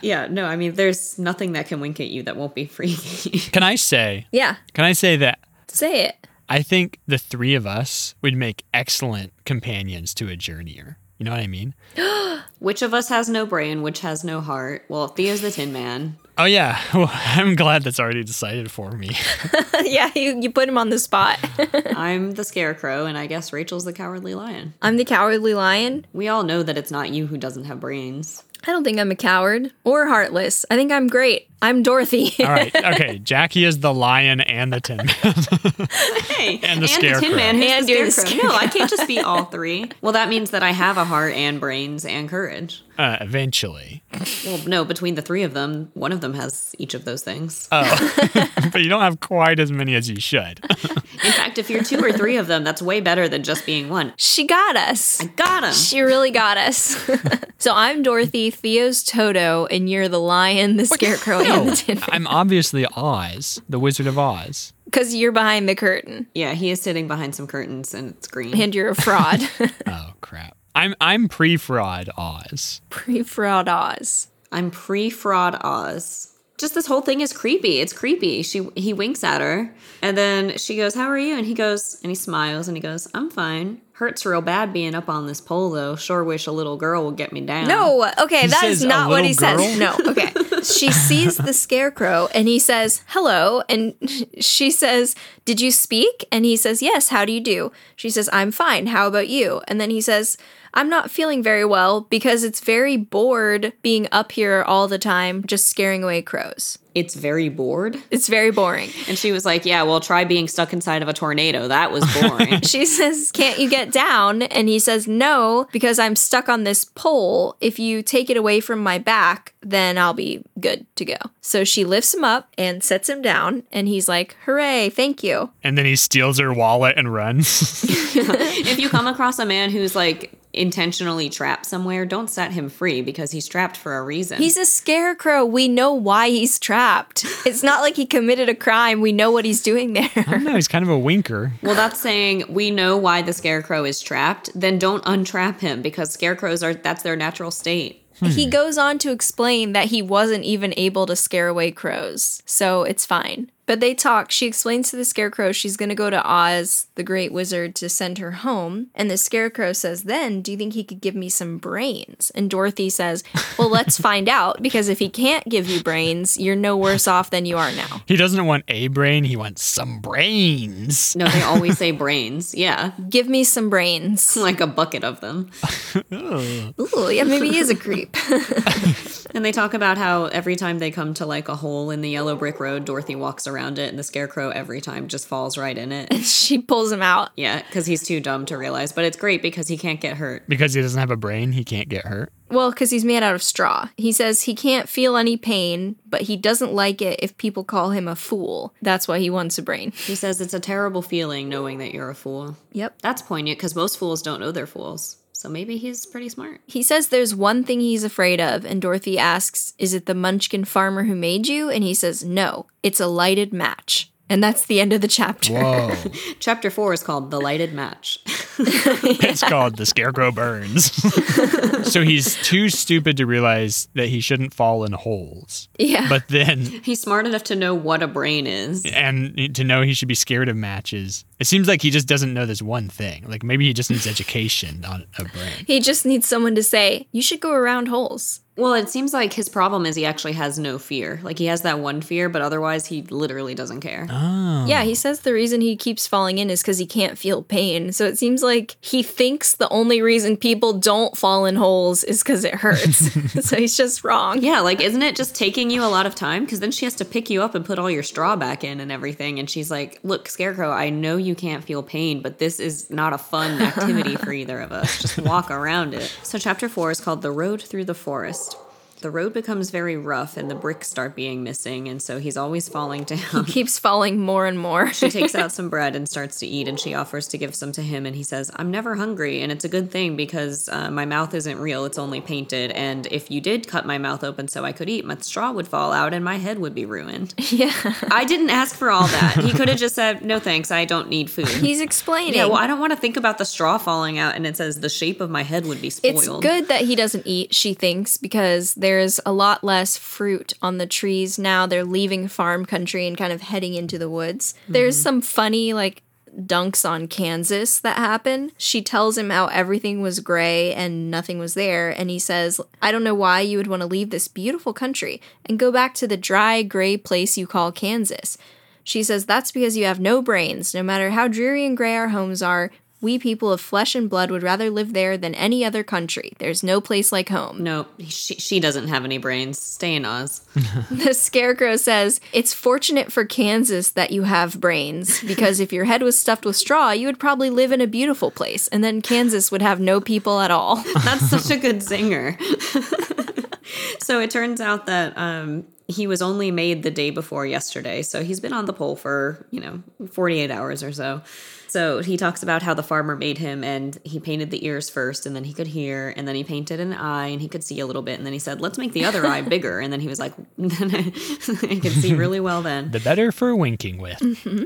Speaker 2: Yeah, no, I mean, there's nothing that can wink at you that won't be freaky.
Speaker 1: Can I say,
Speaker 3: Yeah,
Speaker 1: can I say that
Speaker 3: say it. [LAUGHS]
Speaker 1: I think the three of us would make excellent companions to a journeyer. You know what I mean?
Speaker 2: [LAUGHS] Which of us has no brain? Which has no heart? Well, Theo's the Tin [LAUGHS] Man.
Speaker 1: Oh yeah. [LAUGHS] Well, I'm glad that's already decided for me.
Speaker 3: yeah, you, you put him on the spot. [LAUGHS]
Speaker 2: I'm the Scarecrow, and I guess Rachel's the Cowardly Lion.
Speaker 3: I'm the cowardly lion.
Speaker 2: We all know that it's not you who doesn't have brains.
Speaker 3: I don't think I'm a coward or heartless. I think I'm great. I'm Dorothy.
Speaker 1: [LAUGHS] All right. Okay. Jackie is the lion and the tin man. [LAUGHS]
Speaker 2: Hey,
Speaker 1: And the
Speaker 2: Tin
Speaker 1: Scarecrow.
Speaker 2: Man, who's
Speaker 3: And
Speaker 2: the
Speaker 3: you're the
Speaker 2: Scarecrow. No, I can't just be all three. [LAUGHS] Well, that means that I have a heart and brains and courage.
Speaker 1: Uh, eventually.
Speaker 2: Well, no, between the three of them, one of them has each of those things.
Speaker 1: Uh, but you don't have quite as many as you should.
Speaker 2: In fact, if you're two or three of them, that's way better than just being one.
Speaker 3: She got us.
Speaker 2: I got him.
Speaker 3: She really got [LAUGHS] us. so I'm Dorothy, Theo's Toto, and you're the lion, the scarecrow, and the tin.
Speaker 1: I'm obviously Oz, the Wizard of Oz.
Speaker 3: Because you're behind the curtain
Speaker 2: Yeah, he is sitting behind some curtains and it's green.
Speaker 3: and you're a [LAUGHS] fraud.
Speaker 1: Oh crap. I'm I'm pre-fraud Oz.
Speaker 3: Pre fraud Oz.
Speaker 2: I'm pre-fraud Oz. Just this whole thing is creepy. It's creepy. She he winks at her, and then she goes, "How are you?" And he goes, and he smiles, and he goes, "I'm fine." Hurts real bad being up on this pole, though. Sure wish a little girl would get me down.
Speaker 3: No, okay,
Speaker 1: Um,
Speaker 3: that is
Speaker 1: says a
Speaker 3: not what he
Speaker 1: little
Speaker 3: says. No,
Speaker 1: [LAUGHS]
Speaker 3: okay. she sees the scarecrow and he says, hello. And [LAUGHS] she says, did you speak? And he says, yes, how do you do? She says, I'm fine. How about you? And then he says, I'm not feeling very well because it's very bored being up here all the time, just scaring away crows.
Speaker 2: it's very bored.
Speaker 3: It's very boring.
Speaker 2: And she was like, "Yeah, well, try being stuck inside of a tornado. That was
Speaker 3: [LAUGHS]
Speaker 2: boring."
Speaker 3: She says, Can't you get down? And he says, No, because I'm stuck on this pole. If you take it away from my back, then I'll be good to go. So she lifts him up and sets him down. And he's like, Hooray, thank you.
Speaker 1: And then he steals her wallet and runs. [LAUGHS]
Speaker 2: if you come across a man who's like intentionally trapped somewhere, don't set him free because he's trapped for a reason.
Speaker 3: He's a scarecrow. We know why he's trapped. It's not like he committed a crime. We know what he's doing there.
Speaker 1: no, he's kind of a winker.
Speaker 2: Well, that's saying we know why the scarecrow is trapped. Then don't untrap him because scarecrows are that's their natural state.
Speaker 3: He goes on to explain that he wasn't even able to scare away crows, so it's fine. But they talk. She explains to the scarecrow she's going to go to Oz, the great wizard, to send her home. And the scarecrow says, Then, do you think he could give me some brains? And Dorothy says, Well, let's find out, because if he can't give you brains, you're no worse off than you are now.
Speaker 1: He doesn't want a brain, he wants some brains.
Speaker 2: No, they always say brains. Yeah,
Speaker 3: Give me some brains.
Speaker 2: like a bucket of them.
Speaker 3: Ooh, yeah, maybe he is a creep.
Speaker 2: And they talk about how every time they come to like a hole in the yellow brick road, Dorothy walks around it, and the scarecrow every time just falls right in it.
Speaker 3: she pulls him out.
Speaker 2: Yeah, because he's too dumb to realize. But it's great because he can't get hurt.
Speaker 1: Because he doesn't have a brain, he can't get hurt.
Speaker 3: Well, because he's made out of straw. He says he can't feel any pain, but he doesn't like it if people call him a fool. That's why he wants a brain.
Speaker 2: He says it's a terrible feeling knowing that you're a fool.
Speaker 3: Yep.
Speaker 2: That's poignant because most fools don't know they're fools. So maybe he's pretty smart.
Speaker 3: He says there's one thing he's afraid of, and Dorothy asks, Is it the munchkin farmer who made you? And he says, No, it's a lighted match. And that's the end of the chapter.
Speaker 1: Whoa.
Speaker 2: Chapter four is called The Lighted Match.
Speaker 1: [LAUGHS]
Speaker 2: [LAUGHS]
Speaker 1: It's called The Scarecrow Burns. so he's too stupid to realize that he shouldn't fall in holes.
Speaker 3: [LAUGHS] Yeah.
Speaker 1: But then,
Speaker 2: He's smart enough to know what a brain is.
Speaker 1: and to know he should be scared of matches, it seems like he just doesn't know this one thing. Like maybe he just needs education on a brain.
Speaker 3: he just needs someone to say, You should go around holes.
Speaker 2: Well, it seems like his problem is he actually has no fear. Like he has that one fear, but otherwise he literally doesn't care.
Speaker 1: Oh.
Speaker 3: Yeah, he says the reason he keeps falling in is because he can't feel pain. So it seems like he thinks the only reason people don't fall in holes is because it hurts. so he's just wrong.
Speaker 2: Yeah, like isn't it just taking you a lot of time? Because then she has to pick you up and put all your straw back in and everything. And she's like, "Look, Scarecrow, I know you can't feel pain, but this is not a fun activity for either of us. Just walk around it." So chapter four is called "The Road Through the Forest." The road becomes very rough, and the bricks start being missing, and so he's always falling [LAUGHS] down.
Speaker 3: Keeps falling more and more. [LAUGHS]
Speaker 2: She takes out some bread and starts to eat, and she offers to give some to him. And he says, I'm never hungry, and it's a good thing because uh, my mouth isn't real, it's only painted. And if you did cut my mouth open so I could eat, my straw would fall out and my head would be
Speaker 3: [LAUGHS]
Speaker 2: ruined.
Speaker 3: yeah.
Speaker 2: I didn't ask for all that. He could have just said, No thanks, I don't need food.
Speaker 3: He's explaining.
Speaker 2: Yeah, well, I don't want to think about the straw falling out, and it says the shape of my head would be spoiled.
Speaker 3: it's good that he doesn't eat, she thinks, because there's a lot less fruit on the trees now. They're leaving farm country and kind of heading into the woods. There's some funny, like, dunks on Kansas that happen. She tells him how everything was gray and nothing was there. And he says, I don't know why you would want to leave this beautiful country and go back to the dry, gray place you call Kansas. She says, That's because you have no brains. No matter how dreary and gray our homes are, we people of flesh and blood would rather live there than any other country. There's no place like home. [LAUGHS]
Speaker 2: No, she, she doesn't have any brains. Stay in Oz.
Speaker 3: The scarecrow says, It's fortunate for Kansas that you have brains, because if your head was stuffed with straw, you would probably live in a beautiful place, and then Kansas would have no people at all.
Speaker 2: That's such a good singer. [LAUGHS] so it turns out that um, he was only made the day before yesterday. So he's been on the pole for, you know, 48 hours or so. So he talks about how the farmer made him and he painted the ears first and then he could hear and then he painted an eye and he could see a little bit and then he said, "Let's make the other eye bigger." And then he was like, [LAUGHS] "Then I, I could see really well then."
Speaker 1: The better for winking with.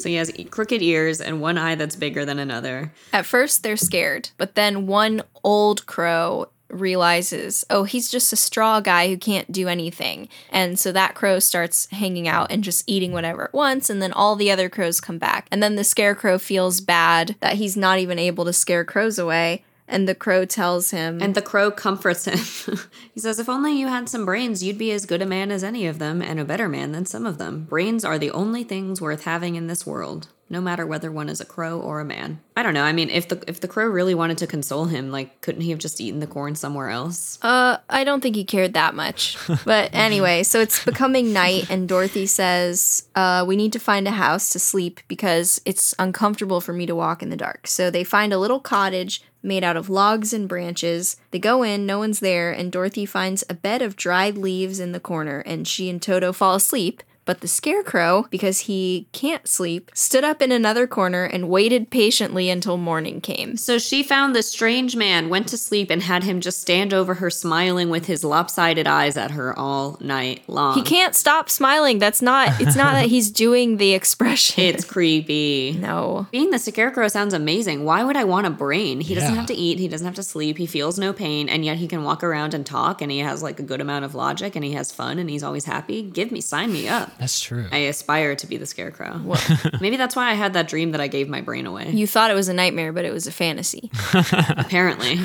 Speaker 2: So he has crooked ears and one eye that's bigger than another.
Speaker 3: At first, they're scared, but then one old crow realizes, oh, he's just a straw guy who can't do anything. And so that crow starts hanging out and just eating whatever it wants, and then all the other crows come back. And then the scarecrow feels bad that he's not even able to scare crows away. And the crow tells him,
Speaker 2: And the crow comforts him. [LAUGHS] he says, If only you had some brains, you'd be as good a man as any of them, and a better man than some of them. Brains are the only things worth having in this world, no matter whether one is a crow or a man. I don't know. I mean, if the if the crow really wanted to console him, like, couldn't he have just eaten the corn somewhere else?
Speaker 3: Uh, I don't think he cared that much. But anyway, so it's becoming night, and Dorothy says, uh, We need to find a house to sleep because it's uncomfortable for me to walk in the dark. So they find a little cottage made out of logs and branches. They go in, no one's there, and Dorothy finds a bed of dried leaves in the corner, and she and Toto fall asleep. But the scarecrow, because he can't sleep, stood up in another corner and waited patiently until morning came.
Speaker 2: So she found the strange man, went to sleep, and had him just stand over her, smiling with his lopsided eyes at her all night long.
Speaker 3: He can't stop smiling. That's not. It's not that he's doing the expression.
Speaker 2: It's creepy.
Speaker 3: [LAUGHS] no.
Speaker 2: Being the scarecrow sounds amazing. Why would I want a brain? He doesn't
Speaker 1: Yeah.
Speaker 2: have to eat, he doesn't have to sleep, he feels no pain, and yet he can walk around and talk and he has like a good amount of logic and he has fun and he's always happy. Give me sign me up.
Speaker 1: That's true.
Speaker 2: I aspire to be the scarecrow. [LAUGHS] Maybe that's why I had that dream that I gave my brain away.
Speaker 3: You thought it was a nightmare, but it was a [LAUGHS] fantasy. [LAUGHS]
Speaker 2: Apparently.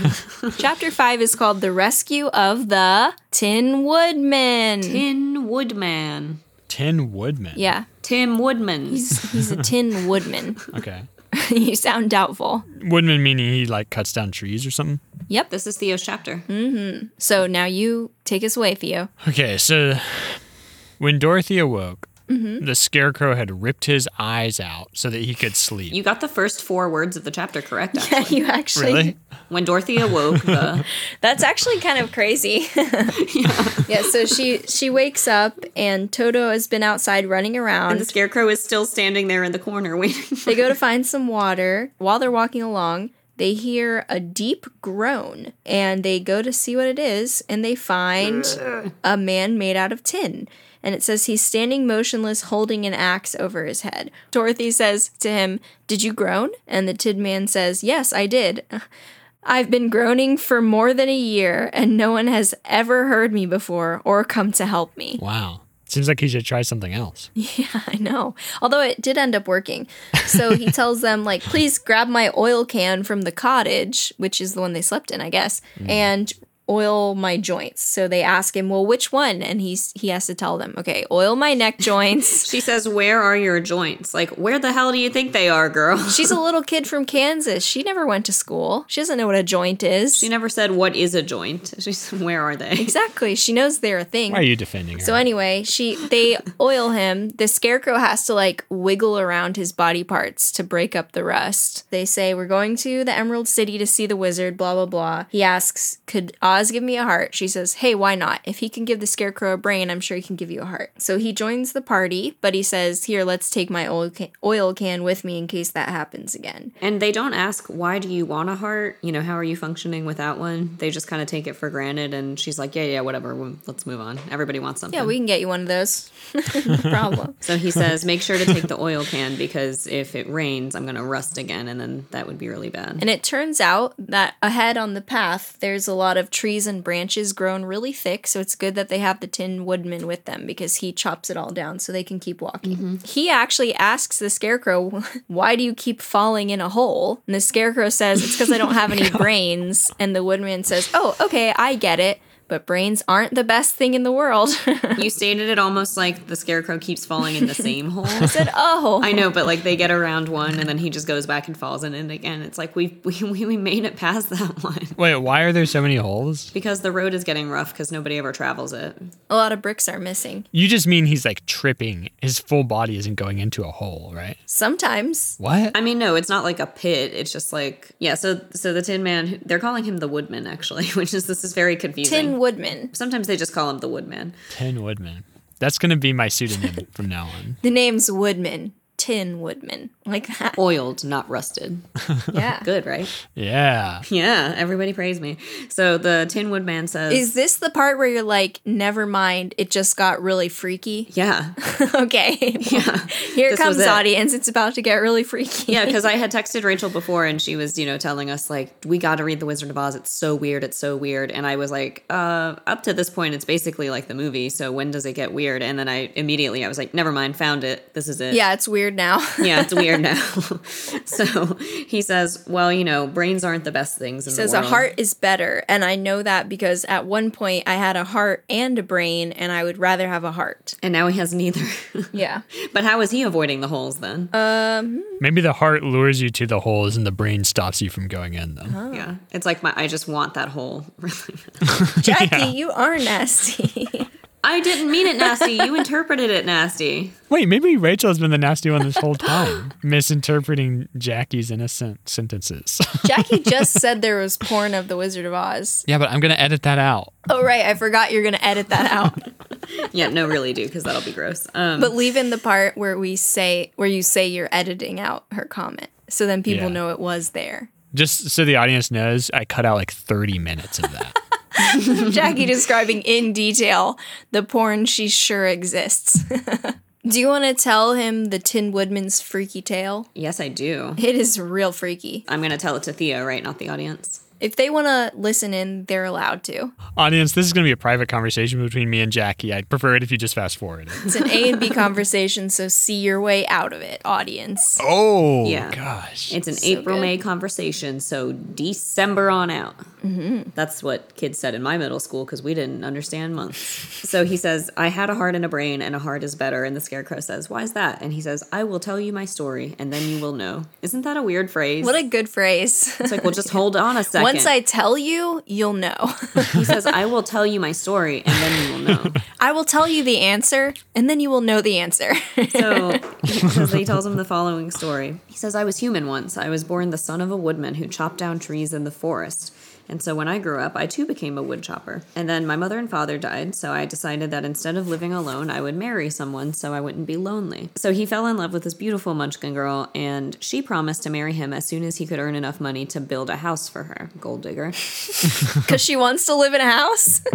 Speaker 3: Chapter five is called "The Rescue of the Tin Woodman."
Speaker 2: Tin Woodman.
Speaker 1: Tin Woodman.
Speaker 3: yeah,
Speaker 2: Tim Woodman.
Speaker 3: he's, he's a [LAUGHS] tin woodman.
Speaker 1: Okay.
Speaker 3: you sound doubtful.
Speaker 1: Woodman meaning he like cuts down trees or something.
Speaker 3: Yep.
Speaker 2: This is Theo's chapter.
Speaker 3: Hmm? So now you take us away, Theo.
Speaker 1: Okay, so when Dorothy awoke, the scarecrow had ripped his eyes out so that he could sleep.
Speaker 2: You got the first four words of the chapter correct. actually.
Speaker 3: [LAUGHS] Yeah, [LAUGHS] you actually.
Speaker 1: really?
Speaker 2: When Dorothy awoke,
Speaker 3: [LAUGHS]
Speaker 2: the
Speaker 3: That's actually kind of crazy. [LAUGHS] yeah. So she she wakes up and Toto has been outside running around.
Speaker 2: and the scarecrow is still standing there in the corner waiting.
Speaker 3: They go to find some water. While they're walking along, they hear a deep groan and they go to see what it is and they find a man made out of tin. And it says he's standing motionless holding an axe over his head. Dorothy says to him, Did you groan? And the tin man says, Yes, I did. [LAUGHS] I've been groaning for more than a year and no one has ever heard me before or come to help me.
Speaker 1: Wow. Seems like he should try something else.
Speaker 3: Yeah, [LAUGHS] I know. Although it did end up working. So he tells them, like, please grab my oil can from the cottage, which is the one they slept in, I guess, and oil my joints. So they ask him, well, which one? And he's he has to tell them, okay, oil my neck joints.
Speaker 2: [LAUGHS] She says, Where are your joints? Like, where the hell do you think they are, girl? [LAUGHS]
Speaker 3: She's a little kid from Kansas. She never went to school. She doesn't know what a joint is.
Speaker 2: She never said, What is a joint? [LAUGHS] She said, Where are they?
Speaker 3: exactly. She knows they're a thing.
Speaker 1: Why are you defending her?
Speaker 3: So anyway, she they oil him. The scarecrow has to like wiggle around his body parts to break up the rust. They say we're going to the Emerald City to see the wizard. Blah blah blah. He asks, "Could Oz give me a heart?" She says, "Hey, why not? If he can give the scarecrow a brain, I'm sure he can give you a heart." So he joins the party, but he says, "Here, let's take my oil can, oil can with me in case that happens again."
Speaker 2: And they don't ask, Why do you want a heart? You know, how are you functioning without one? They just kind of take it for granted. And she's like, Yeah, yeah, whatever. Well, Let's move on. Everybody wants something.
Speaker 3: Yeah, we can get you one of those. [LAUGHS] no problem.
Speaker 2: so he says, Make sure to take the oil can because if it rains, I'm going to
Speaker 3: [LAUGHS]
Speaker 2: rust again. And then that would be really bad.
Speaker 3: And it turns out that ahead on the path, there's a lot of trees and branches grown really thick, so it's good that they have the Tin Woodman with them because he chops it all down so they can keep walking. He actually asks the scarecrow, [LAUGHS] Why do you keep falling in a hole? And the scarecrow says, It's because I don't have any brains. And the woodman says, Oh, okay, I get it. But brains aren't the best thing in the world. [LAUGHS] I
Speaker 2: You stated it almost like the scarecrow keeps falling in the same hole.
Speaker 3: said, Oh.
Speaker 2: I know, but like they get around one and then he just goes back and falls in it again. It's like we we we [LAUGHS] we made it past that [LAUGHS] one
Speaker 1: Wait, why are there so many holes?
Speaker 2: because the road is getting rough because nobody ever travels it.
Speaker 3: a lot of bricks are missing.
Speaker 1: You just mean he's like tripping. His full body isn't going into a hole, right?
Speaker 3: Sometimes.
Speaker 1: What?
Speaker 2: I mean, no, it's not like a pit. It's just like yeah. So so the Tin Man, they're calling him the Woodman actually, [LAUGHS] which is this is very confusing.
Speaker 3: Tin Woodman.
Speaker 2: Sometimes they just call him the Woodman.
Speaker 1: Tin Woodman. That's going to be my pseudonym [LAUGHS] from now on.
Speaker 3: The name's Woodman. Tin Woodman. Like
Speaker 2: [LAUGHS]
Speaker 3: that.
Speaker 2: Oiled, not rusted.
Speaker 3: Yeah.
Speaker 2: Good, right? [LAUGHS]
Speaker 1: Yeah.
Speaker 2: Yeah, everybody praise me. So the Tin Woodman says,
Speaker 3: Is this the part where you're like, never mind, it just got really freaky? [LAUGHS]
Speaker 2: "Yeah,
Speaker 3: okay.
Speaker 2: yeah,
Speaker 3: Here
Speaker 2: This
Speaker 3: comes
Speaker 2: was it.
Speaker 3: audience, it's about to get really freaky.
Speaker 2: yeah." Because I had texted Rachel before, and she was, you know, telling us like, "We got to read The Wizard of Oz. It's so weird. It's so weird." And I was like, "Uh, up to this point, it's basically like the movie. So when does it get weird?" And then I immediately I was like, "Never mind. Found it. This is it."
Speaker 3: [LAUGHS] Yeah, it's weird now. [LAUGHS]
Speaker 2: yeah, it's weird now. [LAUGHS] so he says, "Well, you know, brains aren't the best things." In the
Speaker 3: says a
Speaker 2: world."
Speaker 3: heart is better, and I know that because at one point I had a heart and a brain, and I would rather have a heart.
Speaker 2: and now he has neither. [LAUGHS]
Speaker 3: Yeah.
Speaker 2: but how is he avoiding the holes then?
Speaker 3: Um
Speaker 1: Maybe the heart lures you to the holes and the brain stops you from going in them.
Speaker 2: yeah, it's like my I just want that hole [LAUGHS] really.
Speaker 3: [LAUGHS] Jackie, you are nasty.
Speaker 2: I didn't mean it nasty. You interpreted it nasty.
Speaker 1: Wait, maybe Rachel has been the nasty one this whole time, misinterpreting Jackie's innocent sentences. [LAUGHS]
Speaker 3: Jackie just said there was porn of the Wizard of Oz.
Speaker 1: yeah, but I'm going to edit that out.
Speaker 3: Oh right, I forgot you're gonna edit that out.
Speaker 2: Yeah, no, really do because that'll be gross. Um,
Speaker 3: But leave in the part where we say where you say you're editing out her comment. So then people
Speaker 1: Yeah.
Speaker 3: know it was there. [LAUGHS]
Speaker 1: Just so the audience knows, I cut out like 30 minutes of [LAUGHS] that.
Speaker 3: Jackie describing in detail the porn she sure exists. [LAUGHS] Do you want to tell him the Tin Woodman's freaky tale?
Speaker 2: yes, I do.
Speaker 3: It is real freaky.
Speaker 2: I'm gonna tell it to Theo, right? Not the audience.
Speaker 3: If they want to listen in, they're allowed to.
Speaker 1: Audience, this is going to be a private conversation between me and Jackie. I'd prefer it if you just fast forward it.
Speaker 3: It's an A and B conversation, so see your way out of it, audience.
Speaker 1: Oh,
Speaker 2: Yeah.
Speaker 1: gosh.
Speaker 2: It's an
Speaker 3: So
Speaker 2: April
Speaker 3: good.
Speaker 2: May conversation, so December on out.
Speaker 3: Mm-hmm.
Speaker 2: That's what kids said in my middle school because we didn't understand months. so he says, "I had a heart and a brain, and a heart is better." And the scarecrow says, "Why's that?" And he says, "I will tell you my story, and then you will know." Isn't that a weird phrase?
Speaker 3: What a good phrase. [LAUGHS]
Speaker 2: it's like, well, just hold on a second.
Speaker 3: Once I tell you, you'll know. [LAUGHS]
Speaker 2: he says, "I will tell you my story, and then you will know."
Speaker 3: I will tell you the answer, and then you will know the answer. [LAUGHS]
Speaker 2: So he says- he tells him the following story. He says, I was human once. I was born the son of a woodman who chopped down trees in the forest. And so when I grew up, I too became a wood chopper. And then my mother and father died, so I decided that instead of living alone, I would marry someone so I wouldn't be lonely. So he fell in love with this beautiful munchkin girl, and she promised to marry him as soon as he could earn enough money to build a house for her. Gold digger.
Speaker 3: Because she wants to live in a house? [LAUGHS]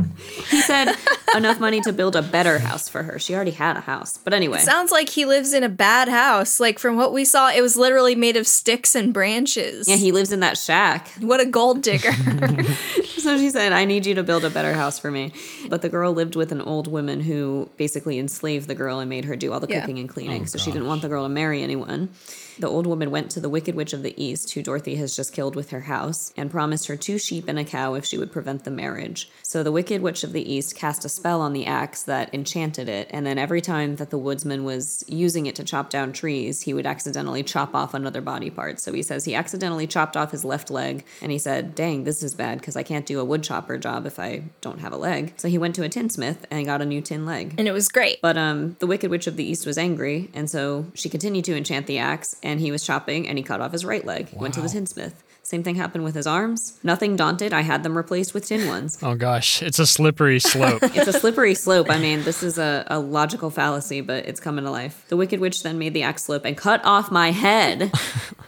Speaker 2: He said enough money to build a better house for her. She already had a house. But anyway.
Speaker 3: Sounds like he lives in a bad house. Like from what we saw, it was literally made of sticks and branches.
Speaker 2: yeah, he lives in that shack.
Speaker 3: what a
Speaker 2: [LAUGHS]
Speaker 3: gold digger.
Speaker 2: So she said, I need you to build a better house for me. But the girl lived with an old woman who basically enslaved the girl and made her do all the
Speaker 3: Yeah.
Speaker 2: cooking and cleaning. so she didn't want the girl to marry anyone. The old woman went to the Wicked Witch of the East, who Dorothy has just killed with her house, and promised her two sheep and a cow if she would prevent the marriage. So the Wicked Witch of the East cast a spell on the axe that enchanted it. And then every time that the woodsman was using it to chop down trees, he would accidentally chop off another body part. So he says he accidentally chopped off his left leg and he said, Dang, this is bad because I can't do a wood chopper job if I don't have a leg. So he went to a tinsmith and got a new tin leg.
Speaker 3: and it was great.
Speaker 2: But um, the Wicked Witch of the East was angry, and so she continued to enchant the axe, and he was chopping, and he cut off his right leg. Went to the
Speaker 1: Wow.
Speaker 2: tinsmith. Same thing happened with his arms. Nothing daunted, I had them replaced with tin ones.
Speaker 1: Oh, gosh. It's a slippery
Speaker 2: [LAUGHS]
Speaker 1: slope.
Speaker 2: It's a slippery slope. I mean, this is a, a logical fallacy, but it's coming to life. The Wicked Witch then made the axe slope and cut off
Speaker 1: [LAUGHS]
Speaker 2: my head.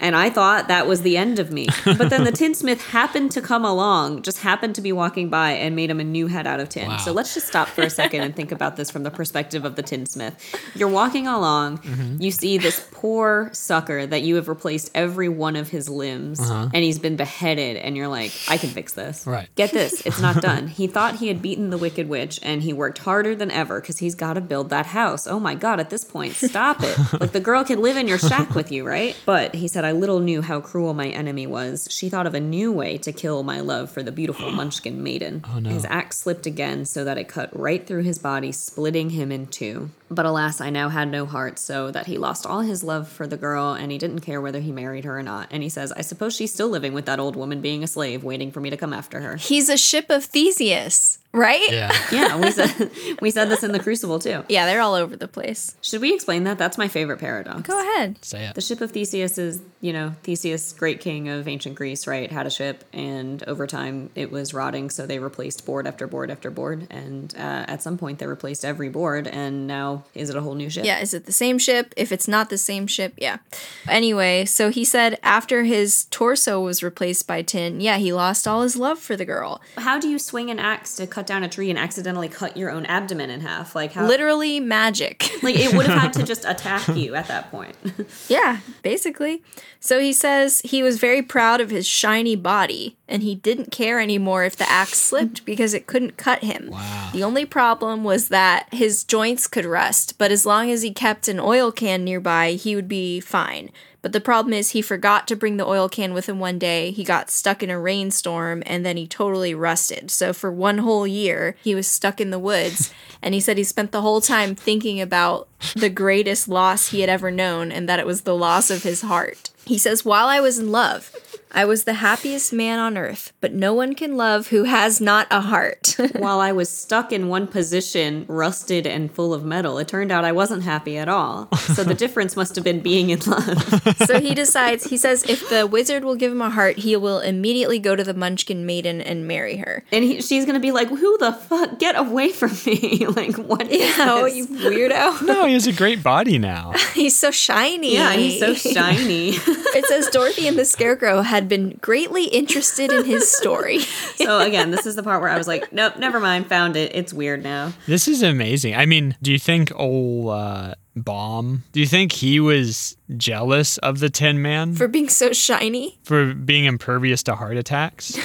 Speaker 2: And I thought that was the end of me. But then the tinsmith happened to come along, just happened to be walking by and made him a new head out of tin.
Speaker 1: Wow.
Speaker 2: So let's just stop for a second and think about this from the perspective of the tinsmith. You're walking
Speaker 1: Mm-hmm.
Speaker 2: along, you see this poor sucker that you have replaced every one of his limbs, and he he's been beheaded, and you're like, I can fix this.
Speaker 1: Uh-huh. Right.
Speaker 2: Get this, it's not done. he thought he had beaten the Wicked Witch, and he worked harder than ever because he's got to build that house. Oh my God, at this point, stop it. like, the girl can live in your shack with you, right? But he said, I little knew how cruel my enemy was. She thought of a new way to kill my love for the beautiful Munchkin maiden. Oh
Speaker 1: no.
Speaker 2: His axe slipped again so that it cut right through his body, splitting him in two. But alas, I now had no heart, so that he lost all his love for the girl, and he didn't care whether he married her or not. And he says, I suppose she's still living with that old woman being a slave, waiting for me to come after her.
Speaker 3: He's a ship of Theseus, right?
Speaker 1: Yeah.
Speaker 2: Yeah, we said [LAUGHS] we said this in the Crucible too.
Speaker 3: Yeah, they're all over the place.
Speaker 2: Should we explain that? That's my favorite paradox.
Speaker 3: Go ahead.
Speaker 1: Say
Speaker 2: The
Speaker 1: it.
Speaker 2: ship of Theseus is, you know, Theseus, great king of ancient Greece, right, had a ship, and over time it was rotting, so they replaced board after board after board, and uh, at some point they replaced every board, and now is it a whole new ship?
Speaker 3: Yeah, is it the same ship? If it's not the same ship, yeah. Anyway, so he said after his torso was replaced by tin, yeah, he lost all his love for the girl.
Speaker 2: How do you swing an axe to cut down a tree and accidentally cut your own abdomen in half? Like how?
Speaker 3: Literally magic. [LAUGHS]
Speaker 2: like it would have had to just attack you at that point.
Speaker 3: Yeah, basically. So he says he was very proud of his shiny body and he didn't care anymore if the axe slipped because it couldn't cut him.
Speaker 1: Wow.
Speaker 3: The only problem was that his joints could rust, but as long as he kept an oil can nearby, he would be fine. But the problem is he forgot to bring the oil can with him one day. He got stuck in a rainstorm and then he totally rusted. So for one whole year, he was stuck in the woods and he said he spent the whole time thinking about the greatest loss he had ever known and that it was the loss of his heart. He says, "While I was in love, I was the happiest man on earth, but no one can love who has not a heart." [LAUGHS]
Speaker 2: While I was stuck in one position, rusted and full of metal, it turned out I wasn't happy at all. So the difference must have been being in love.
Speaker 3: so he decides he says if the wizard will give him a heart he will immediately go to the munchkin maiden and marry her
Speaker 2: And he, she's gonna be like, "Who the fuck? Get away from me!" [LAUGHS] like, what? is
Speaker 3: oh
Speaker 2: this?
Speaker 3: you weirdo
Speaker 1: No, he has a great body now.
Speaker 3: he's so shiny
Speaker 2: yeah, he's
Speaker 3: [LAUGHS]
Speaker 2: so shiny.
Speaker 3: it says dorothy and the scarecrow had been greatly interested in his [LAUGHS] story
Speaker 2: so again, this is the part where I was like, "Nope, never mind. Found it. It's weird now."
Speaker 1: This is amazing. I mean, do you think old uh, Bomb, do you think he was jealous of the Tin Man for,
Speaker 3: for being so shiny
Speaker 1: being impervious to heart attacks?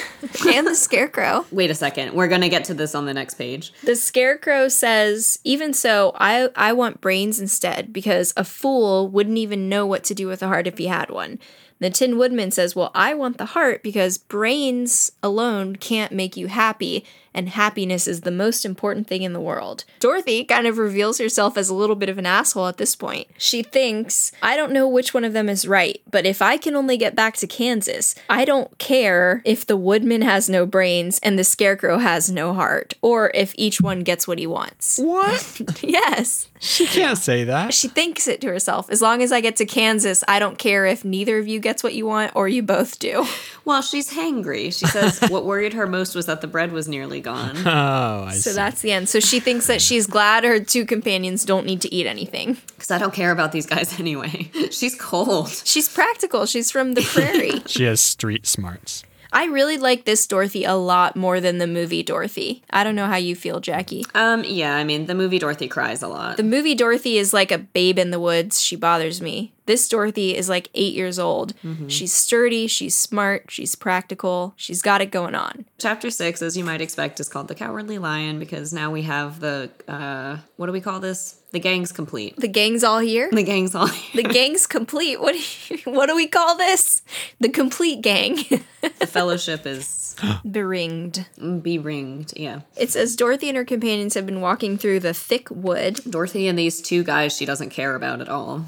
Speaker 3: and the scarecrow
Speaker 2: Wait a second. We're gonna get to this on the next page.
Speaker 3: the scarecrow says even so i i want brains instead because a fool wouldn't even know what to do with a heart if he had one the tin woodman says well i want the heart because brains alone can't make you happy and happiness is the most important thing in the world dorothy kind of reveals herself as a little bit of an asshole at this point she thinks i don't know which one of them is right but if i can only get back to kansas i don't care if the woodman has no brains and the scarecrow has no heart or if each one gets what he wants [LAUGHS]
Speaker 1: What?
Speaker 3: yes
Speaker 1: She can't say that.
Speaker 3: she thinks it to herself as long as i get to kansas i don't care if neither of you gets what you want or you both do
Speaker 2: Well, she's hangry. She says [LAUGHS] what worried her most was that the bread was nearly
Speaker 3: [LAUGHS]
Speaker 2: gone.
Speaker 1: Oh, I
Speaker 3: so
Speaker 1: see.
Speaker 3: that's the end so she thinks that she's glad her two companions don't need to eat anything
Speaker 2: Because I don't care about these guys [LAUGHS] anyway. She's cold.
Speaker 3: she's practical she's from the prairie
Speaker 1: She has street smarts.
Speaker 3: I really like this Dorothy a lot more than the movie Dorothy. I don't know how you feel, Jackie.
Speaker 2: Um, yeah, I mean, the movie Dorothy cries a lot.
Speaker 3: The movie Dorothy is like a babe in the woods. She bothers me. This Dorothy is like eight years old. She's sturdy, she's smart, she's practical, she's got it going on.
Speaker 2: Chapter six, as you might expect, is called The Cowardly Lion because now we have the, uh, what do we call this? The gang's complete.
Speaker 3: The gang's all here.
Speaker 2: The gang's all. [LAUGHS]
Speaker 3: The gang's complete. What do you, [LAUGHS] what do we call this? The complete gang. [LAUGHS]
Speaker 2: the fellowship is
Speaker 3: Beringed.
Speaker 2: be ringed. Yeah.
Speaker 3: It says Dorothy and her companions have been walking through the thick wood
Speaker 2: Dorothy and these two guys she doesn't care about at all.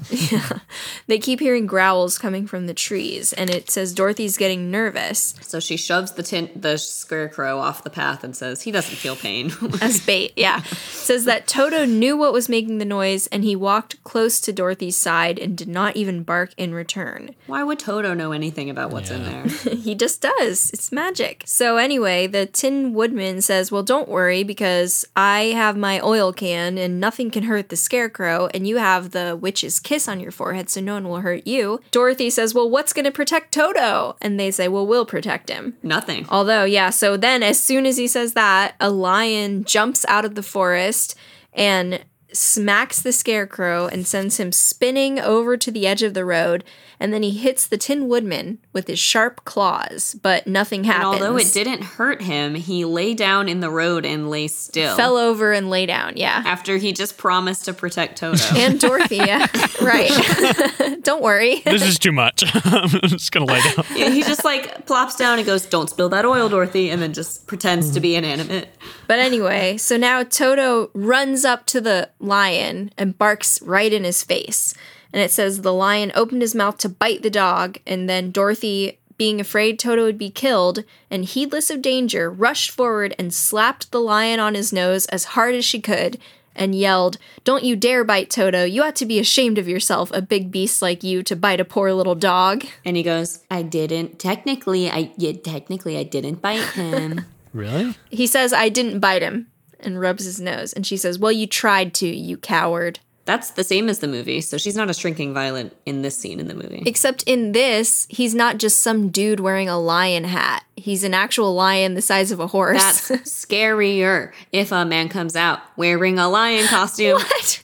Speaker 3: They keep hearing growls coming from the trees, and it says Dorothy's getting nervous
Speaker 2: So she shoves the tin, the scarecrow off the path and says, he doesn't feel pain. [LAUGHS]
Speaker 3: as bait. Yeah. says that Toto knew what was making the noise, and he walked close to Dorothy's side and did not even bark in return.
Speaker 2: Why would Toto know anything about what's in there?
Speaker 3: he just does. It's magic. So, anyway, the Tin Woodman says, Well, don't worry because I have my oil can and nothing can hurt the scarecrow, and you have the witch's kiss on your forehead, so no one will hurt you. Dorothy says, Well, what's going to protect Toto? And they say, Well, we'll protect him.
Speaker 2: Nothing.
Speaker 3: Although, yeah, so then as soon as he says that, a lion jumps out of the forest and smacks the scarecrow and sends him spinning over to the edge of the road. And then he hits the Tin Woodman with his sharp claws, but nothing
Speaker 2: And
Speaker 3: happens.
Speaker 2: although it didn't hurt him, he lay down in the road and lay still.
Speaker 3: fell over and lay down, yeah.
Speaker 2: after he just promised to protect Toto.
Speaker 3: and
Speaker 2: [LAUGHS]
Speaker 3: Dorothy. Yeah, right. [LAUGHS] Don't worry.
Speaker 1: This is too much. [LAUGHS] I'm just gonna lay down.
Speaker 2: Yeah, he just like plops down and goes, "Don't spill that oil, Dorothy," and then just pretends to be inanimate.
Speaker 3: But anyway, so now Toto runs up to the lion and barks right in his face. And it says the lion opened his mouth to bite the dog, and then Dorothy, being afraid Toto would be killed and heedless of danger, rushed forward and slapped the lion on his nose as hard as she could and yelled, Don't you dare bite Toto. You ought to be ashamed of yourself, a big beast like you, to bite a poor little dog.
Speaker 2: And he goes, "I didn't. Technically, I yeah, technically I didn't bite him." [LAUGHS]
Speaker 1: Really?
Speaker 3: He says, I didn't bite him, and rubs his nose. And she says, Well, you tried to, you coward.
Speaker 2: That's the same as the movie, so she's not a shrinking violet in this scene in the movie.
Speaker 3: Except in this, he's not just some dude wearing a lion hat. He's an actual lion the size of a horse.
Speaker 2: That's scarier if a man comes out wearing a lion costume.
Speaker 3: [LAUGHS] what?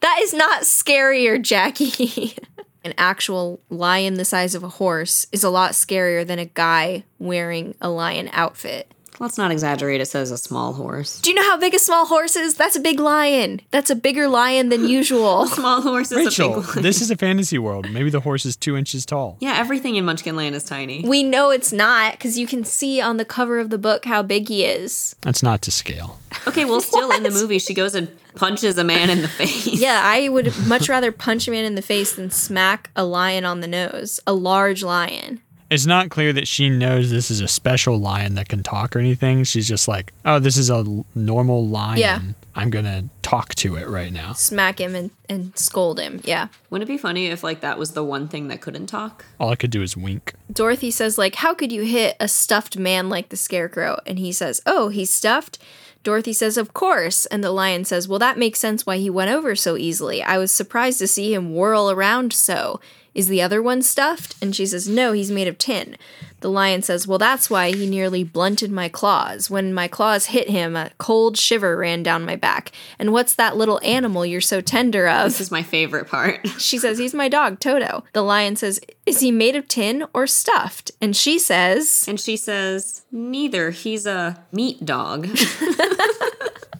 Speaker 3: That is not scarier, Jackie. [LAUGHS] an actual lion the size of a horse is a lot scarier than a guy wearing a lion outfit.
Speaker 2: Let's not exaggerate. It says a small horse.
Speaker 3: Do you know how big a small horse is? That's a big lion. That's a bigger lion than usual.
Speaker 2: Small horse is a
Speaker 1: Rachel,
Speaker 2: big one.
Speaker 1: this is a fantasy world. Maybe the horse is two inches tall.
Speaker 2: Yeah, everything in Munchkinland is
Speaker 3: [LAUGHS]
Speaker 2: tiny.
Speaker 3: we know it's not because you can see on the cover of the book how big he is.
Speaker 1: That's not to scale.
Speaker 2: Okay, well, still in the movie, she goes and punches a man in the [LAUGHS] face.
Speaker 3: Yeah, I would much [LAUGHS] rather punch a man in the face than smack a lion on the nose, a large lion.
Speaker 1: It's not clear that she knows this is a special lion that can talk or anything. She's just like, oh, this is a l- normal lion.
Speaker 3: Yeah.
Speaker 1: I'm gonna talk to it right now.
Speaker 3: Smack him and, and scold him. Yeah.
Speaker 2: Wouldn't it be funny if like that was the one thing that couldn't talk?
Speaker 1: All I could do is wink.
Speaker 3: Dorothy says, like, how could you hit a stuffed man like the scarecrow? And he says, Oh, he's stuffed? Dorothy says, Of course. And the lion says, Well, that makes sense why he went over so easily. I was surprised to see him whirl around so. Is the other one stuffed? And she says, No, he's made of tin. The lion says, Well, that's why he nearly blunted my claws. When my claws hit him, a cold shiver ran down my back. And what's that little animal you're so tender of?
Speaker 2: This is my favorite part. [LAUGHS]
Speaker 3: She says, He's my dog, Toto. The lion says, Is he made of tin or stuffed? And she says,
Speaker 2: And she says, "Neither. He's a meat dog." [LAUGHS]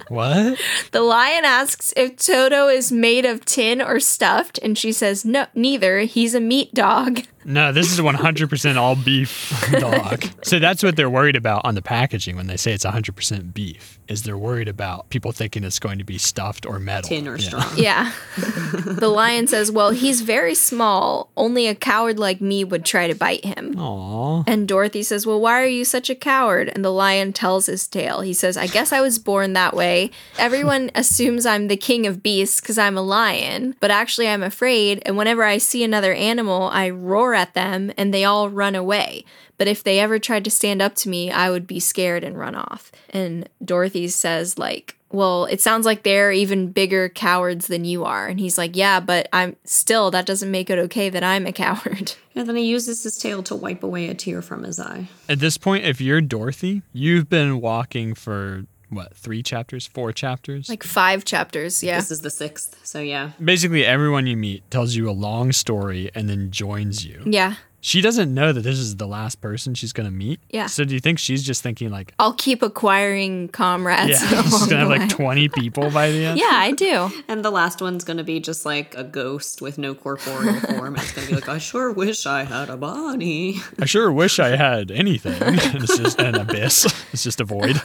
Speaker 1: What?
Speaker 3: The lion asks if Toto is made of tin or stuffed. And she says, No, neither. He's a meat dog. [LAUGHS]
Speaker 1: No, this is 100% all
Speaker 2: [LAUGHS]
Speaker 1: beef dog. So that's what they're worried about on the packaging when they say it's 100% beef. Is they're worried about people thinking it's going to be stuffed or metal.
Speaker 2: Tin or
Speaker 1: Yeah.
Speaker 2: strong.
Speaker 3: Yeah. the lion says, Well, he's very small. Only a coward like me would try to bite him.
Speaker 1: Aw.
Speaker 3: And Dorothy says, Well, why are you such a coward? And the lion tells his tale. He says, I guess I was born that way. Everyone assumes I'm the king of beasts because I'm a lion, but actually I'm afraid. And whenever I see another animal, I roar at them and they all run away. But if they ever tried to stand up to me, I would be scared and run off. And Dorothy says, like, well, it sounds like they're even bigger cowards than you are. And he's like, Yeah, but I'm still, that doesn't make it okay that I'm a [LAUGHS] coward.
Speaker 2: And then he uses his tail to wipe away a tear from his eye.
Speaker 1: At this point, if you're Dorothy, you've been walking for what, three chapters, four chapters?
Speaker 3: Like five chapters, yeah.
Speaker 2: This is the sixth, so yeah.
Speaker 1: Basically, everyone you meet tells you a long story and then joins you.
Speaker 3: Yeah.
Speaker 1: She doesn't know that this is the last person she's going to meet.
Speaker 3: Yeah.
Speaker 1: So do you think she's just thinking, like,
Speaker 3: I'll keep acquiring comrades.
Speaker 1: yeah, [LAUGHS] she's going
Speaker 3: along
Speaker 1: to have
Speaker 3: the
Speaker 1: like
Speaker 3: way.
Speaker 1: 20 people by the end?
Speaker 3: [LAUGHS] Yeah, I do.
Speaker 1: [LAUGHS]
Speaker 2: And the last one's gonna be just like a ghost with no corporeal form. It's gonna be like, I sure wish I had a body. [LAUGHS]
Speaker 1: I sure wish I had [LAUGHS] anything. it's just an abyss. It's just a void.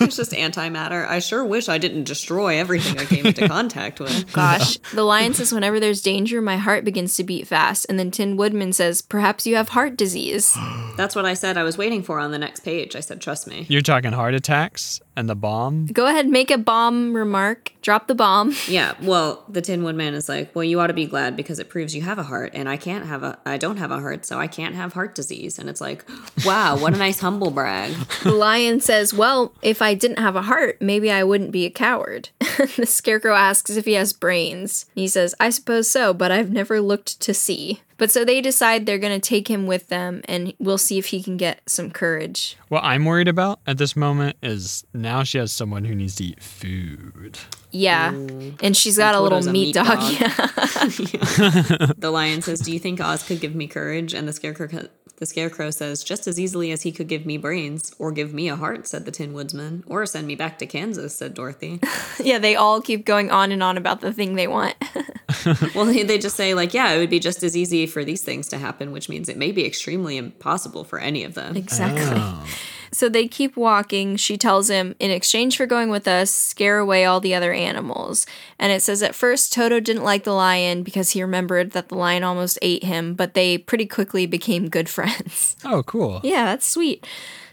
Speaker 2: it's just antimatter. I sure wish I didn't destroy everything I came into contact with.
Speaker 3: Gosh. The lion says, Whenever there's danger, my heart begins to beat fast. And then Tin Woodman says, Perhaps you have
Speaker 1: [GASPS]
Speaker 3: heart disease.
Speaker 2: That's what I said I was waiting for on the next page. I said, trust me.
Speaker 1: [LAUGHS] You're talking heart attacks and the bomb.
Speaker 3: Go ahead, make a bomb remark. Drop the bomb. [LAUGHS]
Speaker 2: Yeah, well, the Tin Woodman is like, well, you ought to be glad because it proves you have a heart, and I can't have a, I don't have a heart, so I can't have heart disease. And it's like, wow, what a nice humble [LAUGHS] brag.
Speaker 3: The lion says, Well, if I didn't have a heart, maybe I wouldn't be a coward. [LAUGHS] the scarecrow asks if he has brains. He says, I suppose so, but I've never looked to see. But so they decide they're going to take him with them and we'll see if he can get some courage.
Speaker 1: What I'm worried about at this moment is now she has someone who needs to eat food.
Speaker 3: Yeah. And she's got a little
Speaker 2: Toto's a meat
Speaker 3: meat, dog.
Speaker 2: dog.
Speaker 3: [LAUGHS] Yeah.
Speaker 2: [LAUGHS] The lion says, "Do you think Oz could give me courage?" And the scarecrow the scarecrow says, "Just as easily as he could give me brains or give me a heart," said the Tin Woodsman, "or send me back to Kansas," said
Speaker 3: [LAUGHS]
Speaker 2: Dorothy.
Speaker 3: yeah, they all keep going on and on about the thing they want. [LAUGHS]
Speaker 2: well, they they just say like, "Yeah, it would be just as easy for these things to happen," which means it may be extremely impossible for any of them.
Speaker 3: exactly.
Speaker 2: Oh.
Speaker 3: So they keep walking. She tells him, in exchange for going with us, scare away all the other animals. And it says at first Toto didn't like the lion because he remembered that the lion almost ate him, but they pretty quickly became good [LAUGHS] friends.
Speaker 1: Oh, cool.
Speaker 3: Yeah, that's sweet.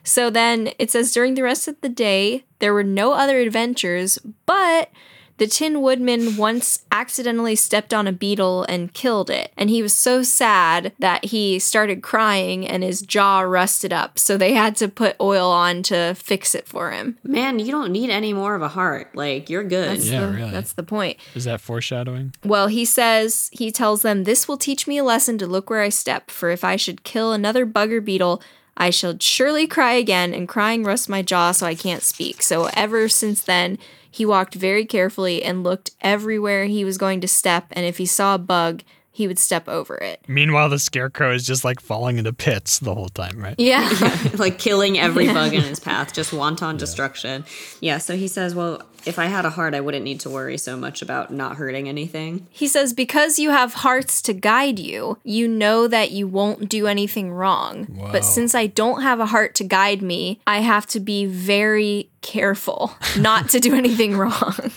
Speaker 3: So then it says during the rest of the day, there were no other adventures, but the Tin Woodman once accidentally stepped on a beetle and killed it. And he was so sad that he started crying and his jaw rusted up. So they had to put oil on to fix it for him.
Speaker 2: Man, you don't need any more of a heart. Like, you're good.
Speaker 3: That's
Speaker 1: Yeah,
Speaker 3: the-
Speaker 1: really.
Speaker 3: That's the point.
Speaker 1: Is that foreshadowing?
Speaker 3: Well, he says, he tells them, This will teach me a lesson to look where I step, for if I should kill another bugger beetle, I shall surely cry again, and crying rusts my jaw so I can't speak. So ever since then, he walked very carefully and looked everywhere he was going to step, and if he saw a bug, he would step over it.
Speaker 1: Meanwhile, the scarecrow is just like falling into pits the whole time, right?
Speaker 3: [LAUGHS] Yeah.
Speaker 2: [LAUGHS] like killing every bug in his path, just wanton destruction. Yeah, so he says, Well, if I had a heart, I wouldn't need to worry so much about not hurting anything.
Speaker 3: He says, Because you have hearts to guide you, you know that you won't do anything wrong.
Speaker 1: Wow.
Speaker 3: But since I don't have a heart to guide me, I have to be very careful not to do anything [LAUGHS] wrong.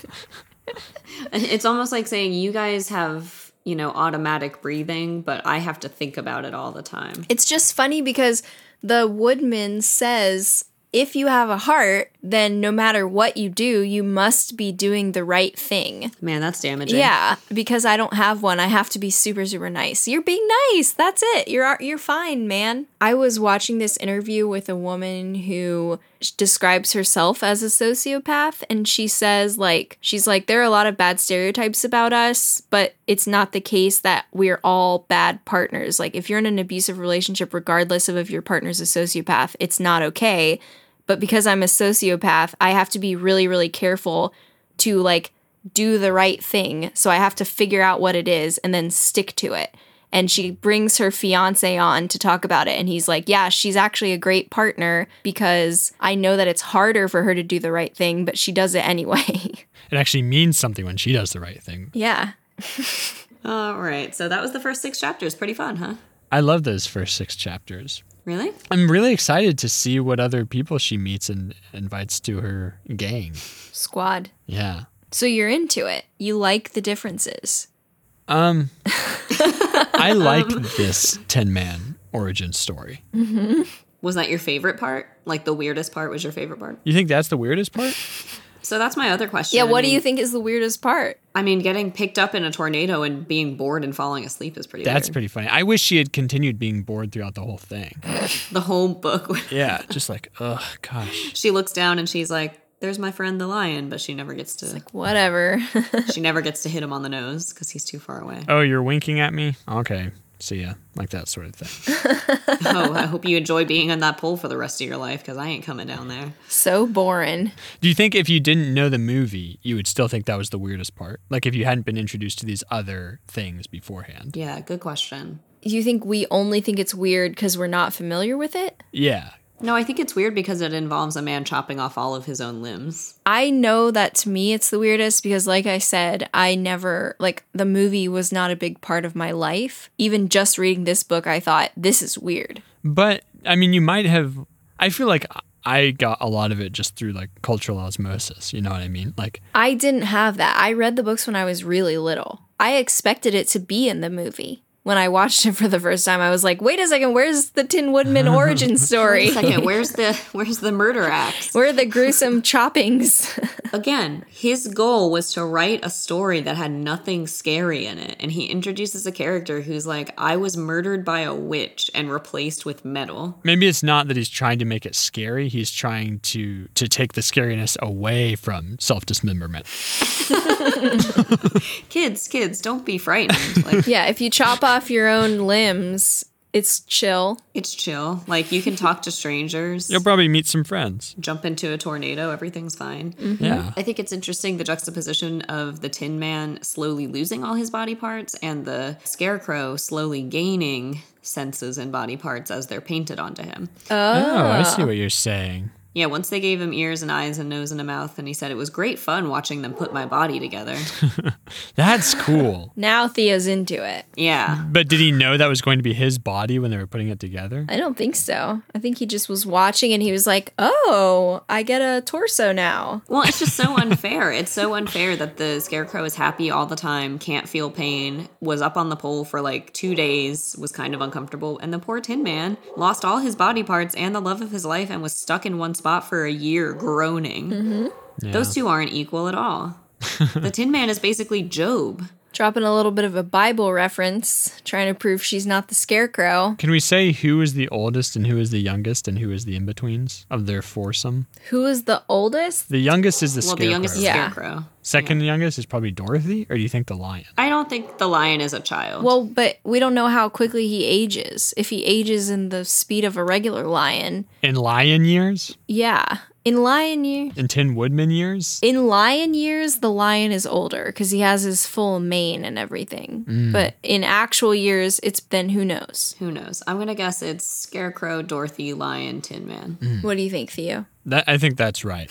Speaker 2: It's almost like saying, You guys have, you know, automatic breathing, but I have to think about it all the time.
Speaker 3: it's just funny because the woodman says, If you have a heart, then no matter what you do, you must be doing the right thing.
Speaker 2: Man, that's damaging.
Speaker 3: Yeah, because I don't have one, I have to be super super nice. You're being nice. That's it. You're you're fine, man. I was watching this interview with a woman who sh- describes herself as a sociopath and she says like she's like there are a lot of bad stereotypes about us, but it's not the case that we're all bad partners. Like if you're in an abusive relationship regardless of if your partner's a sociopath, it's not okay. But because I'm a sociopath, I have to be really really careful to like do the right thing. So I have to figure out what it is and then stick to it. And she brings her fiance on to talk about it. And he's like, Yeah, she's actually a great partner because I know that it's harder for her to do the right thing, but she does it anyway. [LAUGHS]
Speaker 1: It actually means something when she does the right thing.
Speaker 3: yeah.
Speaker 2: All right, so that was the first six chapters. Pretty fun, huh?
Speaker 1: I love those first six chapters.
Speaker 2: Really?
Speaker 1: I'm really excited to see what other people she meets and invites to her gang.
Speaker 3: Squad.
Speaker 1: Yeah.
Speaker 3: So you're into it. You like the differences.
Speaker 1: Um, [LAUGHS] I like this Tin Man origin story.
Speaker 2: Was that your favorite part? Like, the weirdest part was your favorite part?
Speaker 1: You think that's the weirdest part?
Speaker 2: So that's my other question.
Speaker 3: Yeah, what
Speaker 2: I
Speaker 3: do
Speaker 2: mean-
Speaker 3: you think is the weirdest part?
Speaker 2: I mean, getting picked up in a tornado and being bored and falling asleep is pretty
Speaker 1: That's
Speaker 2: weird.
Speaker 1: pretty funny. I wish she had continued being bored throughout the whole thing.
Speaker 2: the whole book. [LAUGHS]
Speaker 1: Yeah, just like, ugh, gosh.
Speaker 2: she looks down and she's like, "There's my friend the lion," but she never gets
Speaker 3: [LAUGHS]
Speaker 2: to
Speaker 3: Whatever.
Speaker 2: she never gets to hit him on the nose because he's too far away. [LAUGHS]
Speaker 1: Oh, you're winking at me? Okay, see ya. Like that sort of thing.
Speaker 2: oh, I hope you enjoy being on that pole for the rest of your life because I ain't coming down there.
Speaker 3: so boring.
Speaker 1: Do you think if you didn't know the movie, you would still think that was the weirdest part? Like if you hadn't been introduced to these other things beforehand?
Speaker 2: Yeah, good question.
Speaker 3: You think we only think it's weird because we're not familiar with it?
Speaker 1: Yeah.
Speaker 2: No, I think it's weird because it involves a man chopping off all of his own limbs.
Speaker 3: I know that to me it's the weirdest because, like I said, I never, like, the movie was not a big part of my life. Even just reading this book, I thought, this is weird.
Speaker 1: But I mean, you might have. I feel like I got a lot of it just through like cultural osmosis. You know what I mean? Like,
Speaker 3: I didn't have that. I read the books when I was really little. I expected it to be in the movie. When I watched it for the first time, I was like, wait a second, where's the Tin [LAUGHS] Woodman origin story?
Speaker 2: Second, where's the where's the murder axe?
Speaker 3: Where are the gruesome choppings? [LAUGHS]
Speaker 2: Again, his goal was to write a story that had nothing scary in it. And he introduces a character who's like, I was murdered by a witch and replaced with metal.
Speaker 1: maybe it's not that he's trying to make it scary. He's trying to to take the scariness away from self dismemberment.
Speaker 2: Kids, kids, don't be frightened. Like,
Speaker 3: yeah, if you chop off your own limbs, It's chill.
Speaker 2: It's chill. Like you can talk to strangers,
Speaker 1: You'll probably meet some friends.
Speaker 2: jump into a tornado, everything's fine.
Speaker 1: Yeah.
Speaker 2: I think it's interesting the juxtaposition of the Tin Man slowly losing all his body parts and the Scarecrow slowly gaining senses and body parts as they're painted onto him.
Speaker 1: Oh,
Speaker 2: Ah.
Speaker 1: I see what you're saying.
Speaker 2: Yeah, once they gave him ears and eyes and nose and a mouth, and he said it was great fun watching them put my body
Speaker 3: [LAUGHS]
Speaker 2: together.
Speaker 1: That's cool.
Speaker 3: Now Theo's into it.
Speaker 2: Yeah.
Speaker 1: but did he know that was going to be his body when they were putting it together?
Speaker 3: I don't think so. I think he just was watching and he was like, "Oh, I get a torso now."
Speaker 2: Well, it's just so unfair. It's so unfair that the scarecrow is happy all the time, can't feel pain, was up on the pole for like two days, was kind of uncomfortable, and the poor Tin Man lost all his body parts and the love of his life and was stuck in one spot for a year groaning.
Speaker 3: Mm-hmm.
Speaker 2: Those two aren't equal at all. the Tin Man is basically Job.
Speaker 3: Dropping a little bit of a Bible reference, trying to prove she's not the scarecrow.
Speaker 1: Can we say who is the oldest and who is the youngest and who is the in betweens of their foursome?
Speaker 3: Who is the oldest?
Speaker 1: The youngest is the
Speaker 2: Well,
Speaker 1: scarecrow.
Speaker 2: the youngest is
Speaker 3: Yeah.
Speaker 2: Scarecrow.
Speaker 1: Second youngest is probably Dorothy, or do you think the lion?
Speaker 2: I don't think the lion is a child.
Speaker 3: Well, but we don't know how quickly he ages. If he ages in the speed of a regular lion,
Speaker 1: In lion years?
Speaker 3: yeah. In lion year,
Speaker 1: In Tin Woodman years?
Speaker 3: in lion years, the lion is older because he has his full mane and everything. But in actual years, it's then who knows?
Speaker 2: Who knows? I'm gonna guess it's Scarecrow, Dorothy, Lion, Tin Man.
Speaker 3: What do you think, Theo?
Speaker 1: That, I think that's right.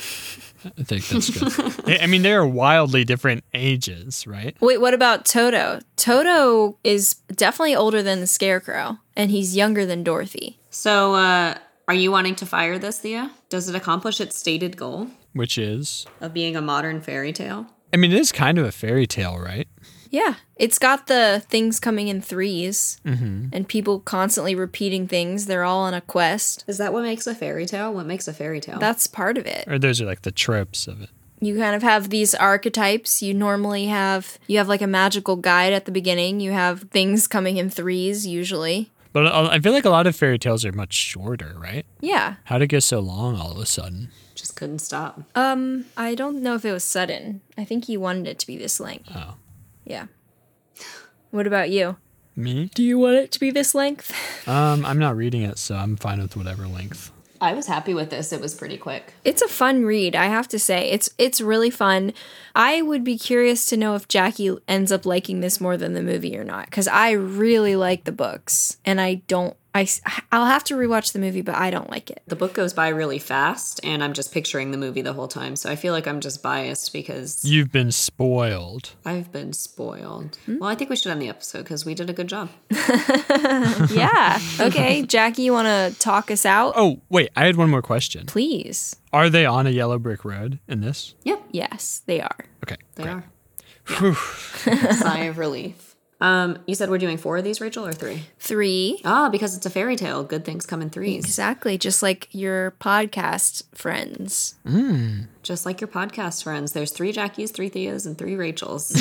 Speaker 1: I think that's
Speaker 3: [LAUGHS]
Speaker 1: good. They- I mean, they are wildly different ages, right?
Speaker 3: Wait, what about Toto? Toto is definitely older than the Scarecrow, and he's younger than Dorothy.
Speaker 2: So, uh, are you wanting to fire this, Thea? Does it accomplish its stated goal
Speaker 1: Which is,
Speaker 2: of being a modern fairy tale?
Speaker 1: I mean, it is kind of a fairy tale, right?
Speaker 3: Yeah, it's got the things coming in 3s and people constantly repeating things. They're all on a quest.
Speaker 2: Is that what makes a fairy tale? What makes a fairy tale?
Speaker 3: That's part of it.
Speaker 1: Or those are like the tropes of it.
Speaker 3: You kind of have these archetypes. You normally have you have like a magical guide at the beginning. You have things coming in threes usually.
Speaker 1: But I I feel like a lot of fairy tales are much shorter, right?
Speaker 3: Yeah.
Speaker 1: How'd it get so long all of a sudden?
Speaker 2: Just couldn't stop.
Speaker 3: Um I don't know if it was sudden. I think he wanted it to be this length.
Speaker 1: Oh.
Speaker 3: Yeah. What about you?
Speaker 1: Me?
Speaker 3: Do you want it to be this length?
Speaker 1: Um, I'm not reading it, so I'm fine with whatever length.
Speaker 2: I was happy with this. It was pretty quick.
Speaker 3: It's a fun read, I have to say. It's it's really fun. I would be curious to know if Jackie ends up liking this more than the movie or not cuz I really like the books and I don't I s- I'll have to rewatch the movie, but I don't like [LAUGHS] it.
Speaker 2: The book goes by really fast, and I'm just picturing the movie the whole time. So I feel like I'm just biased because
Speaker 1: You've been spoiled.
Speaker 2: I've been spoiled. Well, I think we should end the episode because we did a good job.
Speaker 3: Yeah. Okay, Jackie, you want to talk us out?
Speaker 1: Oh, wait, I had one more question.
Speaker 3: Please.
Speaker 1: Are they on a yellow brick road in this?
Speaker 2: Yep,
Speaker 3: Yes, they are.
Speaker 1: Okay.
Speaker 2: they are. Sigh of relief. Um, you said we're doing four of these, Rachel, or three?
Speaker 3: 3
Speaker 2: Ah, because it's a fairy tale. Good things come in threes.
Speaker 3: Exactly, just like your podcast friends.
Speaker 2: Just like your podcast friends, there's three Jackies, three Theas, and three Rachels.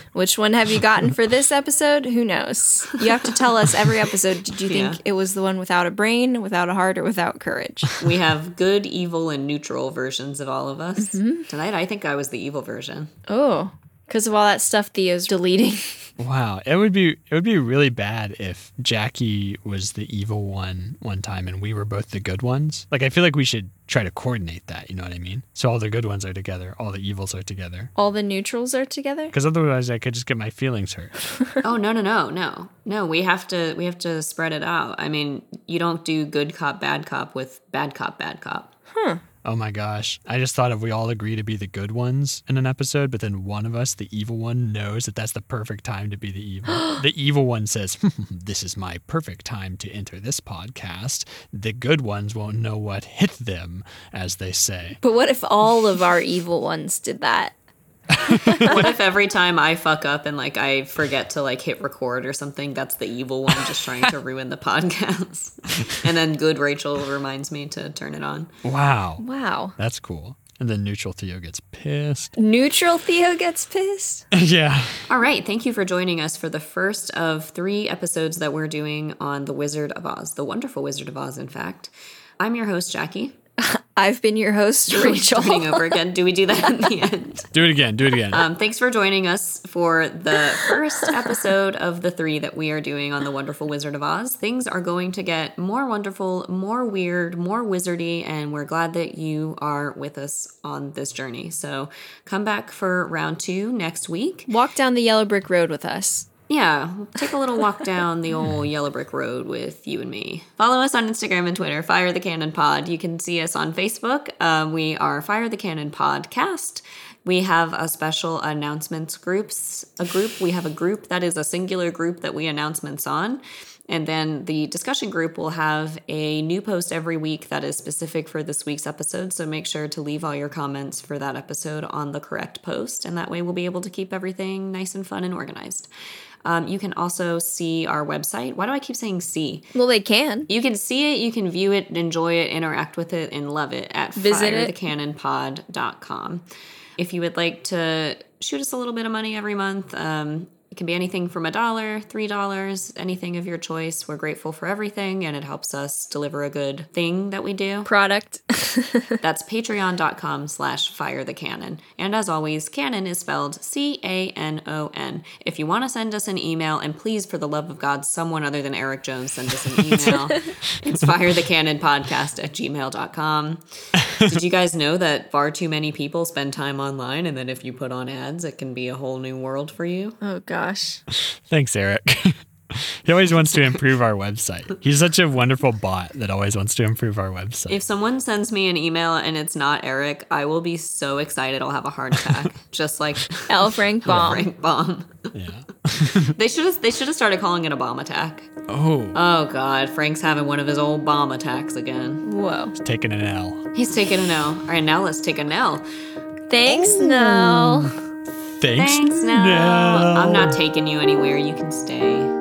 Speaker 2: [LAUGHS]
Speaker 3: Which one have you gotten for [LAUGHS] this episode? Who knows? You have to tell us every episode. Did you think
Speaker 2: Yeah.
Speaker 3: it was the one without a brain, without a heart, or without courage?
Speaker 2: we have good, evil, and neutral versions of all of us. Tonight, I think I was the evil version.
Speaker 3: Oh, because of all that stuff Theo's deleting. [LAUGHS]
Speaker 1: Wow. It would be it would be really bad if Jackie was the evil one one time and we were both the good ones. Like I feel like we should try to coordinate that, you know what I mean? So all the good ones are together, all the evils are together.
Speaker 3: All the neutrals are together?
Speaker 1: Because otherwise I could just get my feelings hurt.
Speaker 2: oh no, no, no, no, no! We have to, we have to spread it out. I mean, you don't do good cop, bad cop with bad cop, bad cop.
Speaker 1: Oh my gosh. I just thought if we all agree to be the good ones in an episode, but then one of us, the evil one, knows that that's the perfect time to be the evil. the evil one says, hmm, This is my perfect time to enter this podcast. The good ones won't know what hit them, as they say.
Speaker 3: But what if all of our evil ones did that?
Speaker 2: what if every time I fuck up and like I forget to like hit record or something, that's the evil one just trying to ruin the podcast, [LAUGHS] and then good Rachel reminds me to turn it on.
Speaker 1: Wow.
Speaker 3: Wow.
Speaker 1: That's cool. And then neutral Theo gets pissed.
Speaker 3: Neutral Theo gets pissed?
Speaker 1: [LAUGHS] yeah.
Speaker 2: All right, thank you for joining us for the first of three episodes that we're doing on The Wizard of Oz, The Wonderful Wizard of Oz, in fact. I'm your host, Jackie.
Speaker 3: I've been your [LAUGHS] host, Rachel.
Speaker 2: Starting over again. Do we do that at the end?
Speaker 1: Do it again. Do it again.
Speaker 2: Um, thanks for joining us for the first episode of the three that we are doing on The Wonderful Wizard of Oz. Things are going to get more wonderful, more weird, more wizardy, and we're glad that you are with us on this journey. So come back for round two next week.
Speaker 3: Walk down the yellow brick road with us.
Speaker 2: Yeah, take a little walk down the old yellow brick road with you and me. Follow us on Instagram and Twitter, Fire the Cannon Pod. You can see us on Facebook. Um, we are Fire the Cannon Podcast. We have a special announcements groups, a group. We have a group that is a singular group that we announcements on. And then the discussion group will have a new post every week that is specific for this week's episode. So make sure to leave all your comments for that episode on the correct post. And that way we'll be able to keep everything nice and fun and organized. Um, you can also see our website. Why do I keep saying see?
Speaker 3: Well, they can.
Speaker 2: You can see it, you can view it, enjoy it, interact with it, and love it at
Speaker 3: Visit it.
Speaker 2: firethecannonpod.com. If you would like to shoot us a little bit of money every month, um, it can be anything from a dollar, three dollars, anything of your choice. We're grateful for everything, and it helps us deliver a good thing that we do.
Speaker 3: Product. [LAUGHS]
Speaker 2: That's patreon.com slash fire the cannon. And as always, cannon is spelled C A N O N. If you want to send us an email, and please, for the love of God, someone other than Eric Jones send us an email, it's fire the cannon podcast at gmail.com. Did you guys know that far too many people spend time online, and that if you put on ads, it can be a whole new world for you?
Speaker 3: oh gosh.
Speaker 1: Thanks, Eric. [LAUGHS] he always wants to improve our website. He's such a wonderful bot that always wants to improve our website.
Speaker 2: If someone sends me an email and it's not Eric, I will be so excited I'll have a heart attack. just like
Speaker 3: L Frank bomb.
Speaker 2: Frank bomb.
Speaker 1: yeah.
Speaker 2: They should have they should have started calling it a bomb attack.
Speaker 1: Oh,
Speaker 2: Oh god, Frank's having one of his old bomb attacks again.
Speaker 3: Whoa.
Speaker 1: taking an L.
Speaker 2: He's taking an L. All right, now let's take an L.
Speaker 3: Thanks, Nell.
Speaker 1: Thanks.
Speaker 2: Thanks, no.
Speaker 1: Nell.
Speaker 2: I'm not taking you anywhere. You can stay.